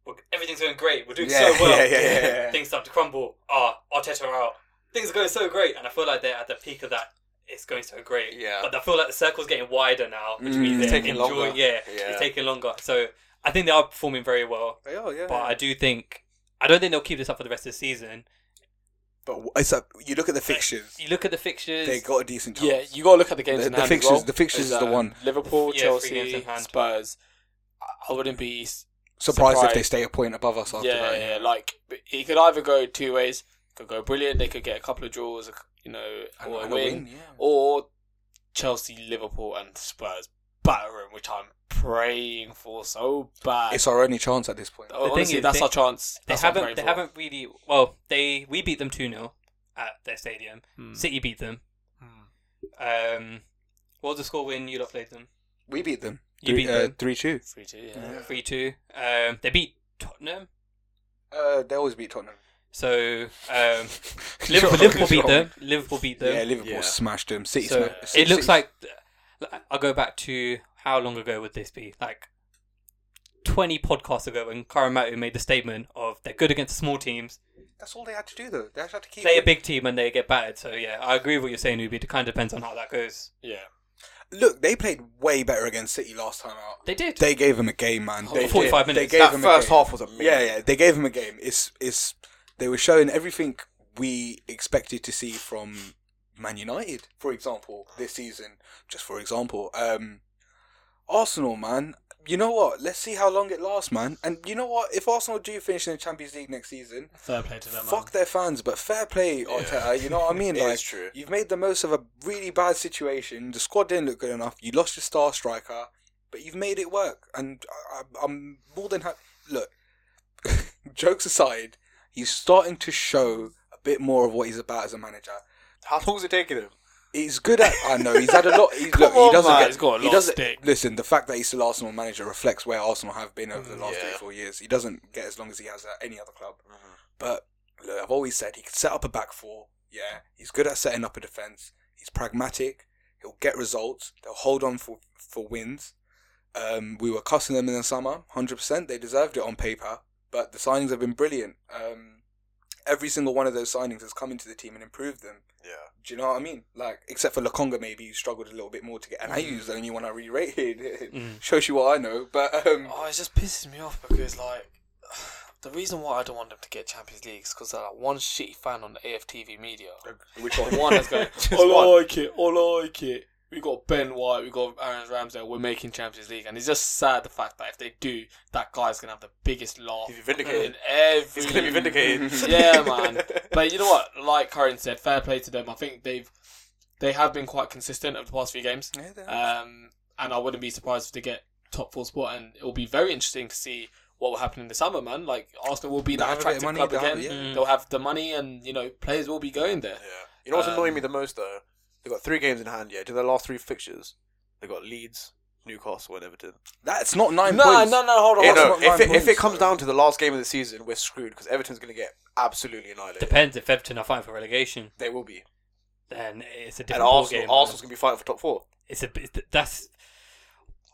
C: well, everything's going great. We're doing
A: Yeah,
C: so well.
A: yeah, yeah, yeah, yeah.
C: Things start to crumble. Ah, Arteta are out. Things are going so great, and I feel like they're at the peak of that. It's going so great.
B: Yeah.
C: But I feel like the circle's getting wider now, which
A: Mm.
C: means
A: It's
C: they're
B: taking
C: enjoying.
B: longer.
C: Yeah,
B: Yeah.
C: it's taking longer. So I think they are performing very well.
A: They are, yeah.
C: But I do think I don't think they'll keep this up for the rest of the season.
A: But w- it's a, you look at the fixtures.
C: You look at the fixtures.
A: They got a decent chance.
D: Yeah, you gotta look at the games
A: The-
D: in
A: the
D: hand. as
A: fixtures-
D: well.
A: the fixtures is
D: There's,
A: the
D: um,
A: one.
D: Liverpool,
C: Yeah, three games
D: Chelsea,
C: in hand.
D: Spurs. I- I wouldn't be. s-
A: Surprised if they
D: Surprised.
A: stay a point above us after
D: yeah,
A: that.
D: yeah, like but he could either go two ways. Could go brilliant. They could get a couple of draws, a c- you know,
A: And-
D: or a
A: and a
D: win,
A: yeah.
D: or Chelsea, Liverpool, and Spurs batter him, which I'm praying for so bad.
A: It's our only chance at this point.
D: Oh,
C: thing
D: Honestly,
C: is,
D: that's
C: they-
D: our chance.
C: They
D: That's what I'm
C: haven't. They
D: praying for.
C: haven't really. Well, they we beat them two 0 at their stadium.
D: Hmm.
C: City beat them. Um, what was the score when you lot played them?
A: We beat them.
C: You
A: three, uh,
C: beat them.
A: three two.
D: Three two, yeah.
A: Yeah.
C: Three two. Um, they beat Tottenham.
A: Uh, they always beat Tottenham.
C: So um, Liverpool, Liverpool beat them. Liverpool beat
A: Yeah,
C: them.
A: Liverpool
B: Yeah.
A: smashed them. City
C: so
A: smashed.
C: it
A: City-
C: looks like I'll go back to how long ago would this be? Like twenty podcasts ago, when Karamatu made the statement of they're good against small teams,
A: That's all they had to do though. They just had to keep
C: play a
A: it.
C: big team and they get battered. So yeah, I agree with what you're saying, Ubi. It kind of depends on how that goes.
D: Yeah.
A: Look, they played way better against City last time out.
C: They did.
A: They gave them a game, man.
C: Oh,
A: They,
C: 45
A: did.
C: minutes.
A: They gave
B: that
A: them
B: first
A: a game.
B: half was amazing.
A: Yeah, yeah. They gave them a game. It's it's they were showing everything we expected to see from Man United, for example, this season. Just for example, um, Arsenal, man. You know what? Let's see how long it lasts, man. And you know what? If Arsenal do finish in the Champions League next season,
D: Fair play to them. man.
A: fuck their fans. But fair play, Arteta. You know what I mean?
B: It
A: like,
B: is true.
A: You've made the most of a really bad situation. The squad didn't look good enough. You lost your star striker, but you've made it work. And I, I- I'm more than happy. Look, jokes aside, he's starting to show a bit more of what he's about as a manager.
B: How long's it taking him?
A: He's good at. I know he's had a lot. He's,
B: Come
A: look,
B: on,
A: he doesn't
B: man.
A: get.
D: He's got a
A: he
D: lot of
A: doesn't-
D: stick.
A: Listen, the fact that he's still Arsenal manager reflects where Arsenal have been over the last
B: Yeah.
A: three, four years. He doesn't get as long as he has at any other club.
B: Mm-hmm.
A: But look, I've always said he can set up a back four. Yeah, he's good at setting up a defense. He's pragmatic. He'll get results. They'll hold on for for wins. Um, we were cussing them in the summer, hundred percent. They deserved it on paper, but the signings have been brilliant. Um, every single one of those signings has come into the team and improved them.
B: Yeah.
A: Do you know what I mean? Like, except for Lakonga, maybe who struggled a little bit more to get. And I
D: Mm.
A: used the only one I re-rated. It
C: Mm.
A: Shows you what I know, but um,
D: Oh, it just pisses me off because like the reason why I don't want them to get Champions League is because they're like one shitty fan on the AFTV media.
A: which one?
D: One that's going,
B: Just
D: I
B: one.
D: like it, I like it. We got Ben White, we got Aaron Ramsdale. We're making Champions League, and it's just sad the fact that if they do, that guy's gonna have the biggest laugh
B: He's vindicated.
D: in every.
B: He's gonna be vindicated.
D: yeah, man. But you know what? Like Curran said, fair play to them. I think they've they have been quite consistent over the past few games.
A: Yeah, they-
D: Um, and I wouldn't be surprised if they get top four spot, and it'll be very interesting to see what will happen in the summer, man. Like Arsenal will be
A: They'll
D: that
A: have a bit of
D: attractive
A: money,
D: club
A: they'll have-
D: again.
A: yeah.
D: They'll have the money, and you know players will be going there.
B: Yeah. You know what's
D: Um,
B: annoying me the most though? They've got three games in hand, yeah. To their last three fixtures, they've got Leeds, Newcastle, and Everton.
A: That's not nine
D: No,
A: points.
D: no, no, hold on.
B: Yeah,
A: Well,
B: no,
A: that's not
B: if
A: nine
B: it, if it
A: points,
B: comes
A: though.
B: down to the last game of the season, we're screwed because Everton's going to get absolutely annihilated.
C: Depends if Everton are fighting for relegation,
B: They will be.
C: then it's a
B: And
C: different ball
B: Arsenal,
C: game. man.
B: Arsenal's going to be fighting for top four.
C: It's a bit- that's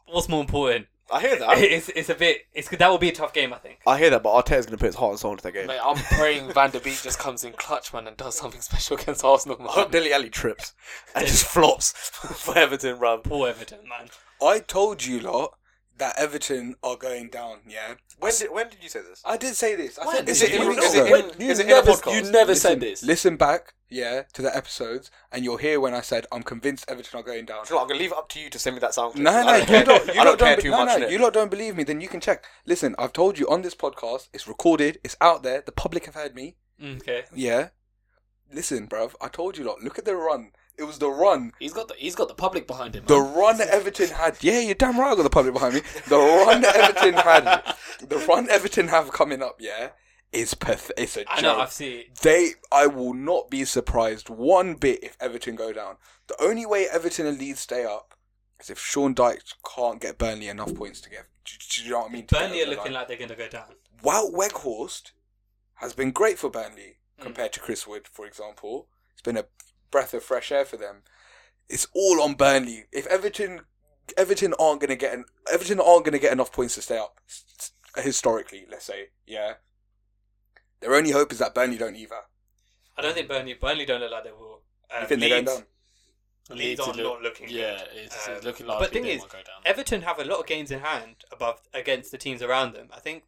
C: what's more important.
B: I hear that.
C: It's it's a bit. It's that will be a tough game, I think.
B: I hear that, but Arteta's going to put his heart and soul into that game.
D: Mate, I'm praying Van der Beek just comes in clutch, man, and does something special against Arsenal, man.
B: I hope Deli Alley trips and just flops for Everton, bruv.
C: Poor Everton, man.
A: I told you lot that Everton are going down. Yeah,
B: When did, when did you say this?
A: I did say this. I
D: When?
A: said
B: Is
A: this
B: it
A: a few
B: in,
A: weeks
B: is
A: ago.
B: it in,
D: You
B: is it in a
D: never-
B: podcast?
D: you never said this.
A: Listen back, yeah, to the episodes, and you'll hear when I said I'm convinced Everton are going down.
B: Do you know what, I'm going to leave it up to you to send me that sound clip.
A: No,
B: I
A: no,
B: don't care.
A: you don't. You
B: I don't
A: lot
B: care
A: be-
B: too
A: no,
B: much.
A: No,
B: innit?
A: you lot don't believe me. Then you can check. Listen, I've told you on this podcast. It's recorded. It's out there. The public have heard me.
C: Mm, Okay.
A: Yeah. Listen, bruv. I told you lot. Look at the run. It was the run.
D: He's got the he's got the public behind him.
A: The
D: man.
A: run Everton had, yeah, you're damn right. I got the public behind me. The run Everton had, the run Everton have coming up, yeah, is perf- It's a
C: I know.
A: joke.
C: I've seen. it.
A: They, I will not be surprised one bit if Everton go down. The only way Everton and Leeds stay up is if Sean Dyche can't get Burnley enough points to get. Do, do you know what I mean? To get
C: Burnley are
A: over the
C: looking
A: line.
C: like they're going to go down.
A: Wout Weghorst has been great for Burnley
C: Mm.
A: compared to Chris Wood, for example. It's been a breath of fresh air for them. It's all on Burnley. If Everton, Everton aren't going to get an, Everton aren't going to get enough points to stay up s- s- historically. Let's say, yeah. Their only hope is that Burnley don't either.
C: I don't think Burnley. Burnley don't look like they will. Um,
A: You think they're going
C: Leeds-
A: down?
C: Leeds
D: Leeds
C: are
D: look-
C: not looking
D: Yeah,
C: good.
D: it's,
C: Um,
D: it's looking like
C: but
D: they
C: thing is,
D: might go down.
C: Everton have a lot of games in hand above against the teams around them. I think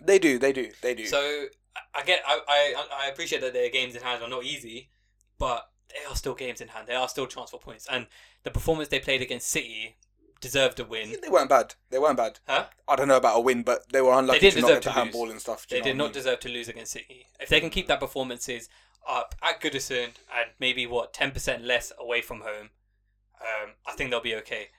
A: They do. They do. They do.
C: so. I- I get. I, I I appreciate that their games in hand are not easy, but they are still games in hand. They are still chance for points, and the performance they played against City deserved a win.
A: they weren't bad. They weren't bad.
C: Huh?
A: I don't know about a win, but they were unlucky
C: They didn't
A: to not
C: deserve
A: get the
C: to lose.
A: handball and stuff. do
C: They
A: you know
C: did
A: what I
C: not
A: mean?
C: deserve to lose against City. If they can keep that performances up at Goodison and maybe what ten percent less away from home, um, I think they'll be okay.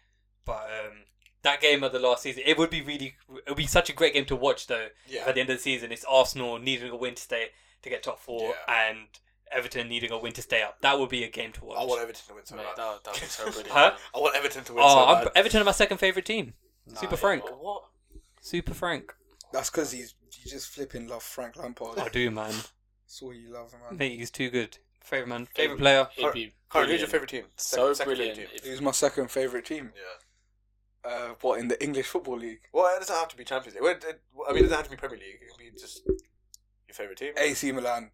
C: But um, that game of the last season, it would be really, it would be such a great game to watch though.
B: Yeah.
C: At the end of the season, it's Arsenal needing a win to stay to get top four, and Everton needing a win to stay up. That would be a game to watch.
B: I want Everton to win so
D: Mate,
B: bad.
D: that, that'd be so brilliant.
C: Huh?
D: man.
B: I want Everton to win so
C: oh,
B: bad.
C: I'm, Everton are my second favorite team.
D: Nah,
C: Super Frank,
D: What?
C: Super Frank.
A: That's because he's you just flipping love Frank Lampard.
C: I do, man.
A: That's all you love, man.
C: Mate, he's too good. Favorite man, favorite player.
D: It'd be
B: Karen, who's your
D: brilliant.
B: favourite team?
D: So
B: Second- second
D: brilliant.
B: favourite team.
D: If-
A: Who's my second favourite team?
B: Yeah.
A: Uh, what in the English Football League?
B: Well, it doesn't have to be Champions League. Well, it- it- I mean, it doesn't have to be Premier League. It can be just your favourite team.
A: AC Milan.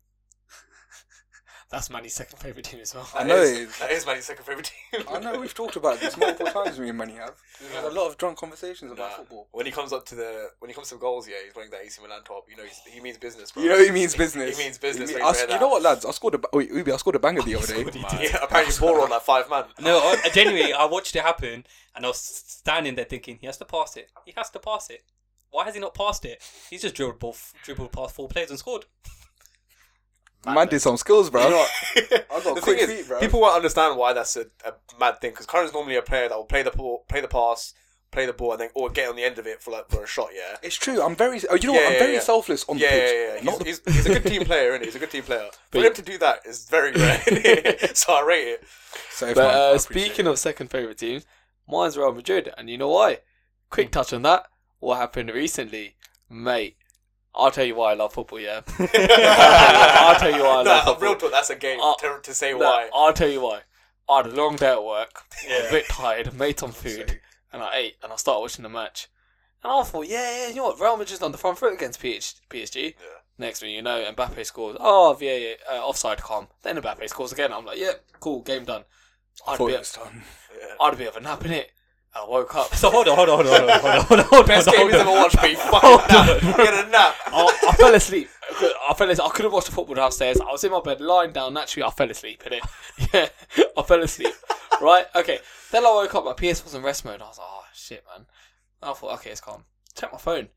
D: That's Manny's second favourite team as well.
A: I know it is.
B: That is Manny's second favourite team.
A: I know we've talked about this multiple times. Me and Manny have. We've had a lot of drunk conversations about
B: Nah.
A: football.
B: When he comes up to the when he comes to the goals, yeah, he's wearing that AC Milan top. You know, he's, he means business. Bro.
A: You know he means business.
B: He means business.
A: He
B: when
A: mean-
B: you
A: I-
B: wear
A: you
B: that.
A: know what, lads? I scored a ba- wait, Ubi, I scored a banger the other day.
B: Yeah, apparently Ball on that five man.
C: No, I, genuinely, I watched it happen, and I was standing there thinking, he has to pass it. He has to pass it. Why has he not passed it? He's just dribbled, ball, dribbled past four players and scored.
A: Man did some skills, bro. I got
B: the
A: quick
B: thing
A: feet,
B: is,
A: bro.
B: people won't understand why that's a, a mad thing because Curran's normally a player that will play the ball, play the pass, play the ball, and then or get on the end of it for like for a shot. Yeah,
A: It's true. I'm very. Oh, you know
B: Yeah,
A: what? I'm
B: yeah,
A: very
B: yeah.
A: selfless on
B: yeah,
A: the pitch.
B: yeah, yeah.
A: Not
B: He's, he's, he's a good team player, isn't he? He's a good team player. For him to do that is very rare, so I rate it.
A: Safe
D: But
A: man, I
D: uh,
A: appreciate
D: speaking of second favourite teams, mine's Real Madrid, and you know why? Quick touch on that. What happened recently, mate? I'll tell you why I love football. Yeah, I'll tell you why
B: No,
D: I love
B: real
D: football.
B: talk. That's a game
D: Uh,
B: to, to say
D: No,
B: why.
D: I'll tell you why. I had a long day at work. I was
C: Yeah.
D: a bit tired. Made some food, and I ate, and I started watching the match. And I thought, yeah, yeah, you know what? Real Madrid's on the front foot against PH- PSG.
B: Yeah.
D: Next thing you know, Mbappe scores. Oh, yeah, yeah, uh, offside calm. Then Mbappe scores again. I'm like, yeah, cool, game done.
A: I
D: I'd
A: thought
D: be,
A: it
D: up-
A: was done.
B: Yeah.
D: I had a bit of a nap in it. I woke up.
C: So hold on, hold on, hold on, hold on, hold on. Hold on,
B: Best
C: hold
B: game he's
C: on.
B: ever watched, but he fucking nap. Get a nap.
D: I, I fell asleep. I could- I fell asleep. I couldn't watch the football downstairs. I was in my bed lying down. Naturally, I fell asleep in it. Yeah, I fell asleep. Right? Okay. Then I woke up. My PS was in rest mode. I was like, oh, shit, man. And I thought, okay, it's calm. Check my phone.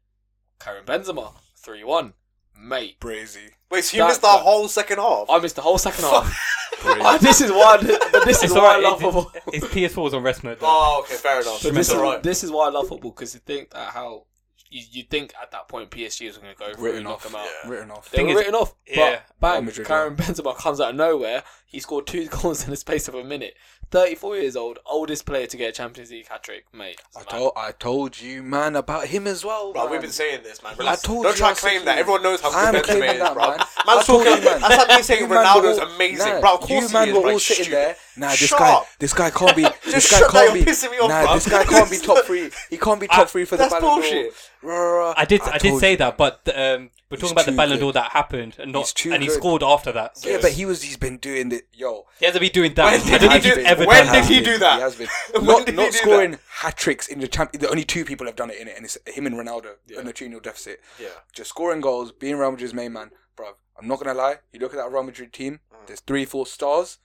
D: Karen Benzema, 3 1. Mate.
A: Brazy.
B: Wait, so you
D: That-
B: missed the
D: that-
B: whole second half.
D: I missed the whole second half. Oh, this is why. I- But this is
C: It's
D: why I
C: alright.
D: love
C: It,
D: football.
C: it's PS4's on rest mode. Though.
B: Oh, okay, fair enough.
D: But this
B: That's
D: is,
B: all right.
D: this is why I love football because you think that how you, you think at that point PSG was going to go for it
A: Written
D: and
A: off.
D: knock them out.
B: yeah.
A: Written off.
D: They
C: Thing
D: were
C: is-
D: written off.
C: yeah.
D: But
A: Real
D: bang,
A: Madrid,
D: Karen Benzema comes out of nowhere. He scored two goals in the space of a minute. 34 years old, oldest player to get a Champions League hat trick, mate.
A: I
D: Mad.
A: told, I told you, man, about him as well.
B: Bro,
A: man.
B: we've been saying this, man.
A: Um, I
B: Relax.
A: told
B: Don't
A: you
B: try
A: I
B: and claim
A: said
B: that.
A: you.
B: Everyone knows how
A: I am
B: good Benzema
A: claiming
B: is,
A: that,
B: bro.
A: man. I
B: Man's
A: told
B: talking.
A: you, man.
B: That's like me saying
A: You man
B: Ronaldo's
A: were all-
B: amazing,
A: nah,
B: bro. Of course
A: you
B: he
A: man
B: is,
A: were
B: bro.
A: all
B: He's
A: sitting
B: stupid.
A: there. Nah, this
B: Shut
A: guy,
B: up.
A: this guy can't be. this guy
B: shut up,
A: can't
B: you're
A: be.
B: pissing me off,
A: nah,
B: bro.
A: this guy can't be top three. He can't be top three for the
B: That's
A: Ballon d'Or.
B: bullshit.
A: Ruh,
C: I did, I, did
A: told
C: say
A: you,
C: that,
A: man.
C: but um, we're
A: He's
C: talking about the
A: too
C: Ballon d'Or
A: good.
C: that happened, and
A: He's
C: not,
A: too
C: and he
A: good.
C: scored after that. So
A: Yeah, but he was. He's been doing the yo.
C: he hasn't been doing that.
B: When
C: I
B: did
C: don't
B: he
C: think he's
B: do-
C: ever
B: when
C: done
B: did
C: that.
B: he do that?
A: He has been.
B: When
A: Not,
B: did he
A: not
B: do
A: scoring hat tricks in the champ. The only two people have done it in it, and it's him and Ronaldo.
B: Yeah.
A: A material deficit.
B: Yeah.
A: Just scoring goals, being Real Madrid's main man, bruv. I'm not gonna lie. You look at that Real Madrid team.
B: Mm.
A: There's three, four stars.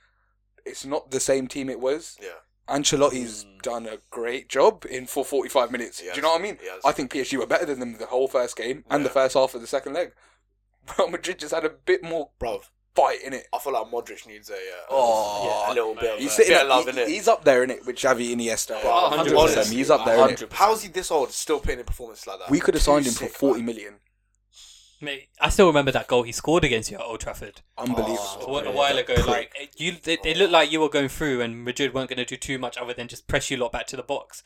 A: It's not the same team it was.
B: Yeah.
A: Ancelotti's done a great job in for 45 minutes.
B: Yes.
A: Do you know what I mean?
B: Hmm. Yes.
A: I think PSG were better than them the whole first game and the
B: Yeah.
A: first half of the second leg. Real Madrid just had a bit more
B: Bro,
A: fight in it.
B: I feel like Modric needs a, uh,
A: Oh.
B: yeah, a little bit of,
A: He's
B: uh,
A: sitting
B: bit
A: at,
B: of love
A: he-
B: in it.
A: He's up there in it with Xavi Iniesta.
B: Bro,
D: 100%.
A: He's up there. innit?
D: 100%.
B: How is he this old still putting in performances like that?
A: We could have signed him for
B: Too sick,
A: 40
B: man.
A: million.
C: Mate, I still remember that goal he scored against you at Old Trafford.
A: Unbelievable.
C: a, wh- a while ago, like it- you, it, it looked like you were going through, and Madrid weren't going to do too much other than just press you lot back to the box.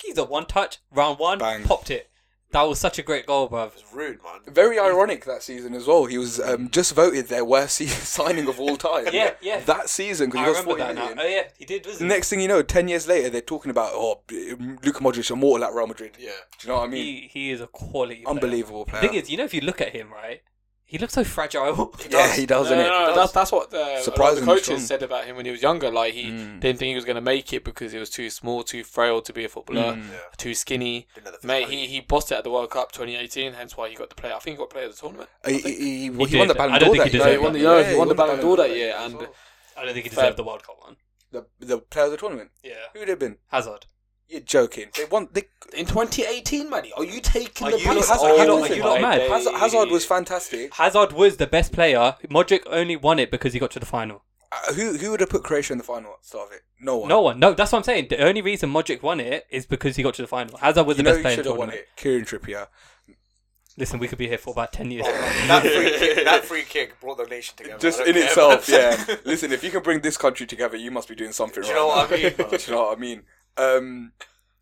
C: He's a one touch, round one,
A: Bang.
C: popped it. That was such a great goal, bruv.
B: It's rude, man.
A: Very ironic that season as well. He was um, just voted their worst se- signing of all time.
C: Yeah, yeah.
A: That season
C: I
A: because he got 40
C: remember that now.
A: million.
C: Oh yeah, he did, wasn't
A: Next thing you know, 10 years later, they're talking about, oh, B- Luka Modric, immortal at Real Madrid.
B: Yeah.
A: Do you know what I
C: he?
A: mean?
C: He, he is a quality, player.
A: Unbelievable
C: The
A: player.
C: thing is, you know, if you look at him, right, he looks so fragile.
A: yeah, he does,
D: No,
A: isn't
D: no,
A: it?
D: no, that's, that's what the, a lot of the
A: Surprisingly
D: coaches
A: strong. Mm.
D: said about him when he was younger. Like, he didn't think he was going to make it because he was too small, too frail to be a footballer,
A: Mm.
D: too skinny.
B: Didn't have the
D: Mate,
B: physicality.
D: he, he bossed it at the World Cup 2018, hence why he got the player. I think he got player of the tournament.
A: He, he, he, he
C: did.
A: won the
C: I
A: Ballon
C: don't
A: d'Or
C: think
A: that
C: he
A: year.
C: deserved No, he won
D: the- no, he
A: Yeah,
D: won the Ballon d'Or that
A: Ballon
D: year,
A: as
D: and-
A: well.
C: I don't think he
D: Fair.
C: deserved the World Cup one.
A: the the player of the tournament.
C: Yeah,
A: Who would have been?
C: Hazard.
A: You're joking. They won. They,
D: In 2018, Manny, are you taking
C: Are
D: the
C: you
D: piss?
A: lot- are you lot-
D: Oh
A: are you
D: my
C: lot mad?
D: days.
A: Hazard, Hazard was fantastic.
C: Hazard was the best player. Modric only won it because he got to the final.
A: Uh, who who would have put Croatia in the final at the start of it? No one.
C: No one. No, that's what I'm saying. The only reason Modric won it is because he got to the final. Hazard was
A: You
C: the
A: know
C: best
A: who
C: player. in
A: should
C: the
A: have won
C: tournament.
A: it? Kieran Trippier.
C: Listen, we could be here for about ten
A: Oh,
C: years.
B: that, free kick, that free kick brought the nation together. I
A: Just
B: don't
A: in
B: care,
A: itself,
B: man.
A: yeah. Listen, if you can bring this country together, you must be doing something
B: Do you
A: right.
B: know what I
A: now.
B: mean? bro?
A: Do you know what I mean? Um,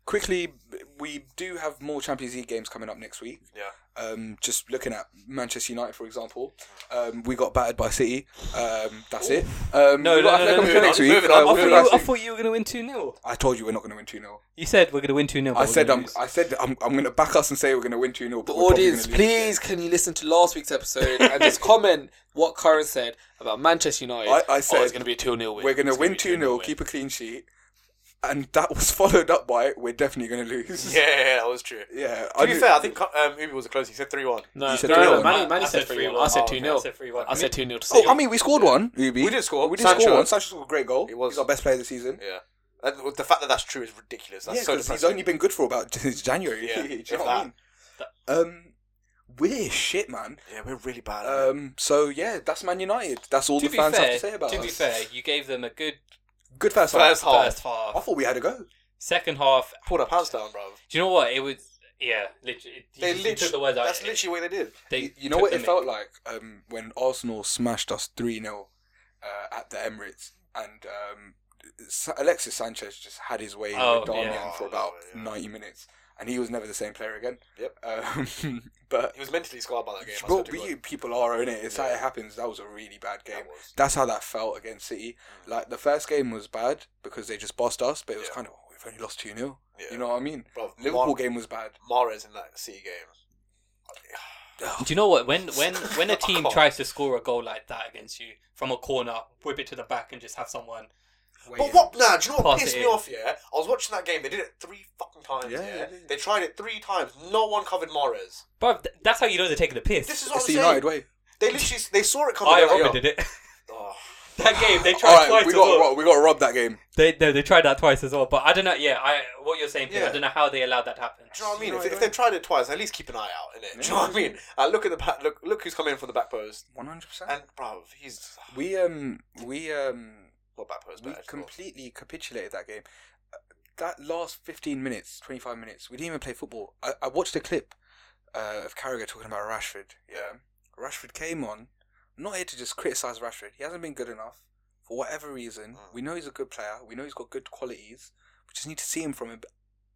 A: quickly, we do have more Champions League games coming up next week.
B: Yeah.
A: Um, just looking at Manchester United, for example, um, we got battered by City. Um, that's it. Um,
C: No,
A: we
C: no,
A: got Atletico
C: no, no,
A: Madrid
B: no,
A: next
B: no,
A: week.
B: moving
A: Uh,
B: on,
A: we'll
C: I
A: go
B: Well, moving
C: thought, you,
B: on.
A: last
C: I
A: week.
C: thought you were going to win 2 0.
A: I told you we're not going to win 2 0.
C: You said we're going to win 2 0.
A: I said I'm, I said I'm, I'm going to back us and say we're going to win 2 0.
D: The audience, please, can you listen to last week's episode and just comment what Curran said about Manchester United?
A: I- I
D: oh,
A: said
D: it's going to be a 2 0 win.
A: We're going to
D: It's
A: win
D: be a
A: 2
D: 2-0
A: 0,
D: win.
A: keep a clean sheet. And that was followed up by, we're definitely going to lose.
B: Yeah, yeah, yeah, that was true. To
A: Yeah.
B: be
A: knew-
B: fair, I think um, Ubi was the closest. He said 3 1.
D: No,
A: You said
D: no, no,
A: 3-1.
D: Manny,
C: I
D: Manny said
C: said
D: 3 1.
C: 3-1.
D: I said
C: Oh,
D: 2
C: okay,
D: 0.
C: I said 3-1.
D: I said 2 0 to City.
A: Oh, I mean, we scored one, Ubi.
B: We did score.
A: We did
B: Sancho.
A: score one. Sancho scored a great goal.
B: It was-
A: He's our best player of the season.
B: Yeah. And the fact that that's true is ridiculous. That's
A: yeah,
B: so
A: because he's
B: depressing.
A: only been good for about since January.
B: Yeah,
A: Do you
B: if
A: know what I mean? Um, we're shit, man.
B: Yeah, we're really bad. at it.
A: Um, so yeah, that's Man United. That's all
C: to
A: the
C: be
A: fans
C: fair,
A: have to say about
C: to
A: us. Oh.
C: be fair, you gave them a good
A: good first,
B: First
A: half.
B: half.
C: first
A: I
C: half.
A: thought we had a go.
C: Second half,
B: Pulled our pants down, bro.
C: do you know what? It was, yeah, literally. It,
B: They
C: you just took the
B: literally.
C: words out
B: That's
C: of it.
B: literally what they did.
C: They
A: You, you know
C: took
A: what
C: the
A: it
C: mick.
A: felt like um, when Arsenal smashed us three 0 uh, at the Emirates, and um, Sa- Alexis Sanchez just had his way
C: Oh,
A: with Darmian
C: yeah.
A: for about
B: Yeah.
A: ninety minutes, and he was never the same player again.
B: Yep.
A: Um, but
B: He was mentally scarred by that game. I
A: Bro,
B: swear to
A: but
B: God.
A: you people are in it. It's how
B: Yeah.
A: it happens. That was a really bad game.
B: That was-
A: That's how that felt against City. Like the first game was bad because they just bossed us, but it was
B: Mm. Yeah.
A: kind of oh, we've only lost two 0
B: Yeah.
A: You know what I mean?
B: Bro,
A: Liverpool
B: Mar-
A: game was bad.
B: Mares in that City game.
C: Do you know what? When when when a team
B: Fuck off.
C: tries to score a goal like that against you from a corner, whip it to the back and just have someone.
A: Waiting.
B: But what? Nah, do you know what
C: Pass
B: pissed
C: it
B: me
C: in.
B: off? Yeah, I was watching that game. They did it three fucking times.
A: Yeah,
B: Yeah,
A: yeah, yeah.
B: they tried it three times. No one covered Mares.
C: But th- that's how you know they're taking the piss.
B: This is what
A: It's the
B: I'm
A: United
B: saying.
A: way.
B: They literally they saw it coming.
C: I
B: they're like,
C: Robin
B: yo.
C: did it.
B: Oh.
C: that game they tried
A: All right,
C: twice
A: we
C: as
A: got
C: well.
A: to rob, we got to rob that game.
C: They no, they tried that twice as well. But I don't know. Yeah, I what you're saying. Pete, I
B: Yeah.
C: don't know how they allowed that to happen.
B: Do you know what I mean?
A: You know
B: If,
A: what
B: if
A: I
B: they tried it twice, at least keep an eye out in it. Do you know what I mean? Uh, look at the back, look. Look who's coming in from the back post.
A: One hundred percent.
B: And bro, he's
A: We um we um
B: not back post,
A: we
B: but edge forward.
A: completely capitulated that game. Uh, That last 15 minutes, 25 minutes, we didn't even play football. I, I watched a clip uh, of Carragher talking about Rashford. Yeah. Rashford came on. I'm not here to just criticise Rashford. He hasn't been good enough for whatever reason.
B: Mm.
A: We know he's a good player. We know he's got good qualities. We just need to see him from him.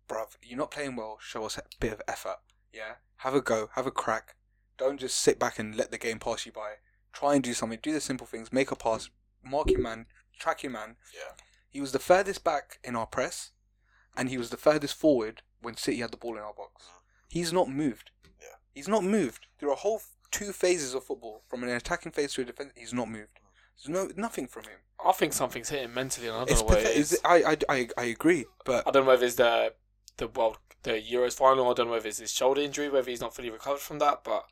A: Bruv, you're not playing well. Show us a bit of effort. Yeah. Have a go. Have a crack. Don't just sit back and let the game pass you by. Try and do something. Do the simple things. Make a pass. Mark your man. Track your man.
B: Yeah.
A: He was the furthest back in our press, and he was the furthest forward when City had the ball in our box. He's not moved.
B: Mm. Yeah.
A: He's not moved through a whole f- two phases of football, from an attacking phase to a defense. He's not moved.
B: Mm.
A: There's no nothing from him.
D: I think something's hitting mentally, and I don't
A: It's
D: know what it
A: pathetic.
D: is.
A: Is it- I, I, I, I agree, but
D: I don't know if it's the the well the Euros final. I don't know if it's his shoulder injury, whether he's not fully recovered from that. But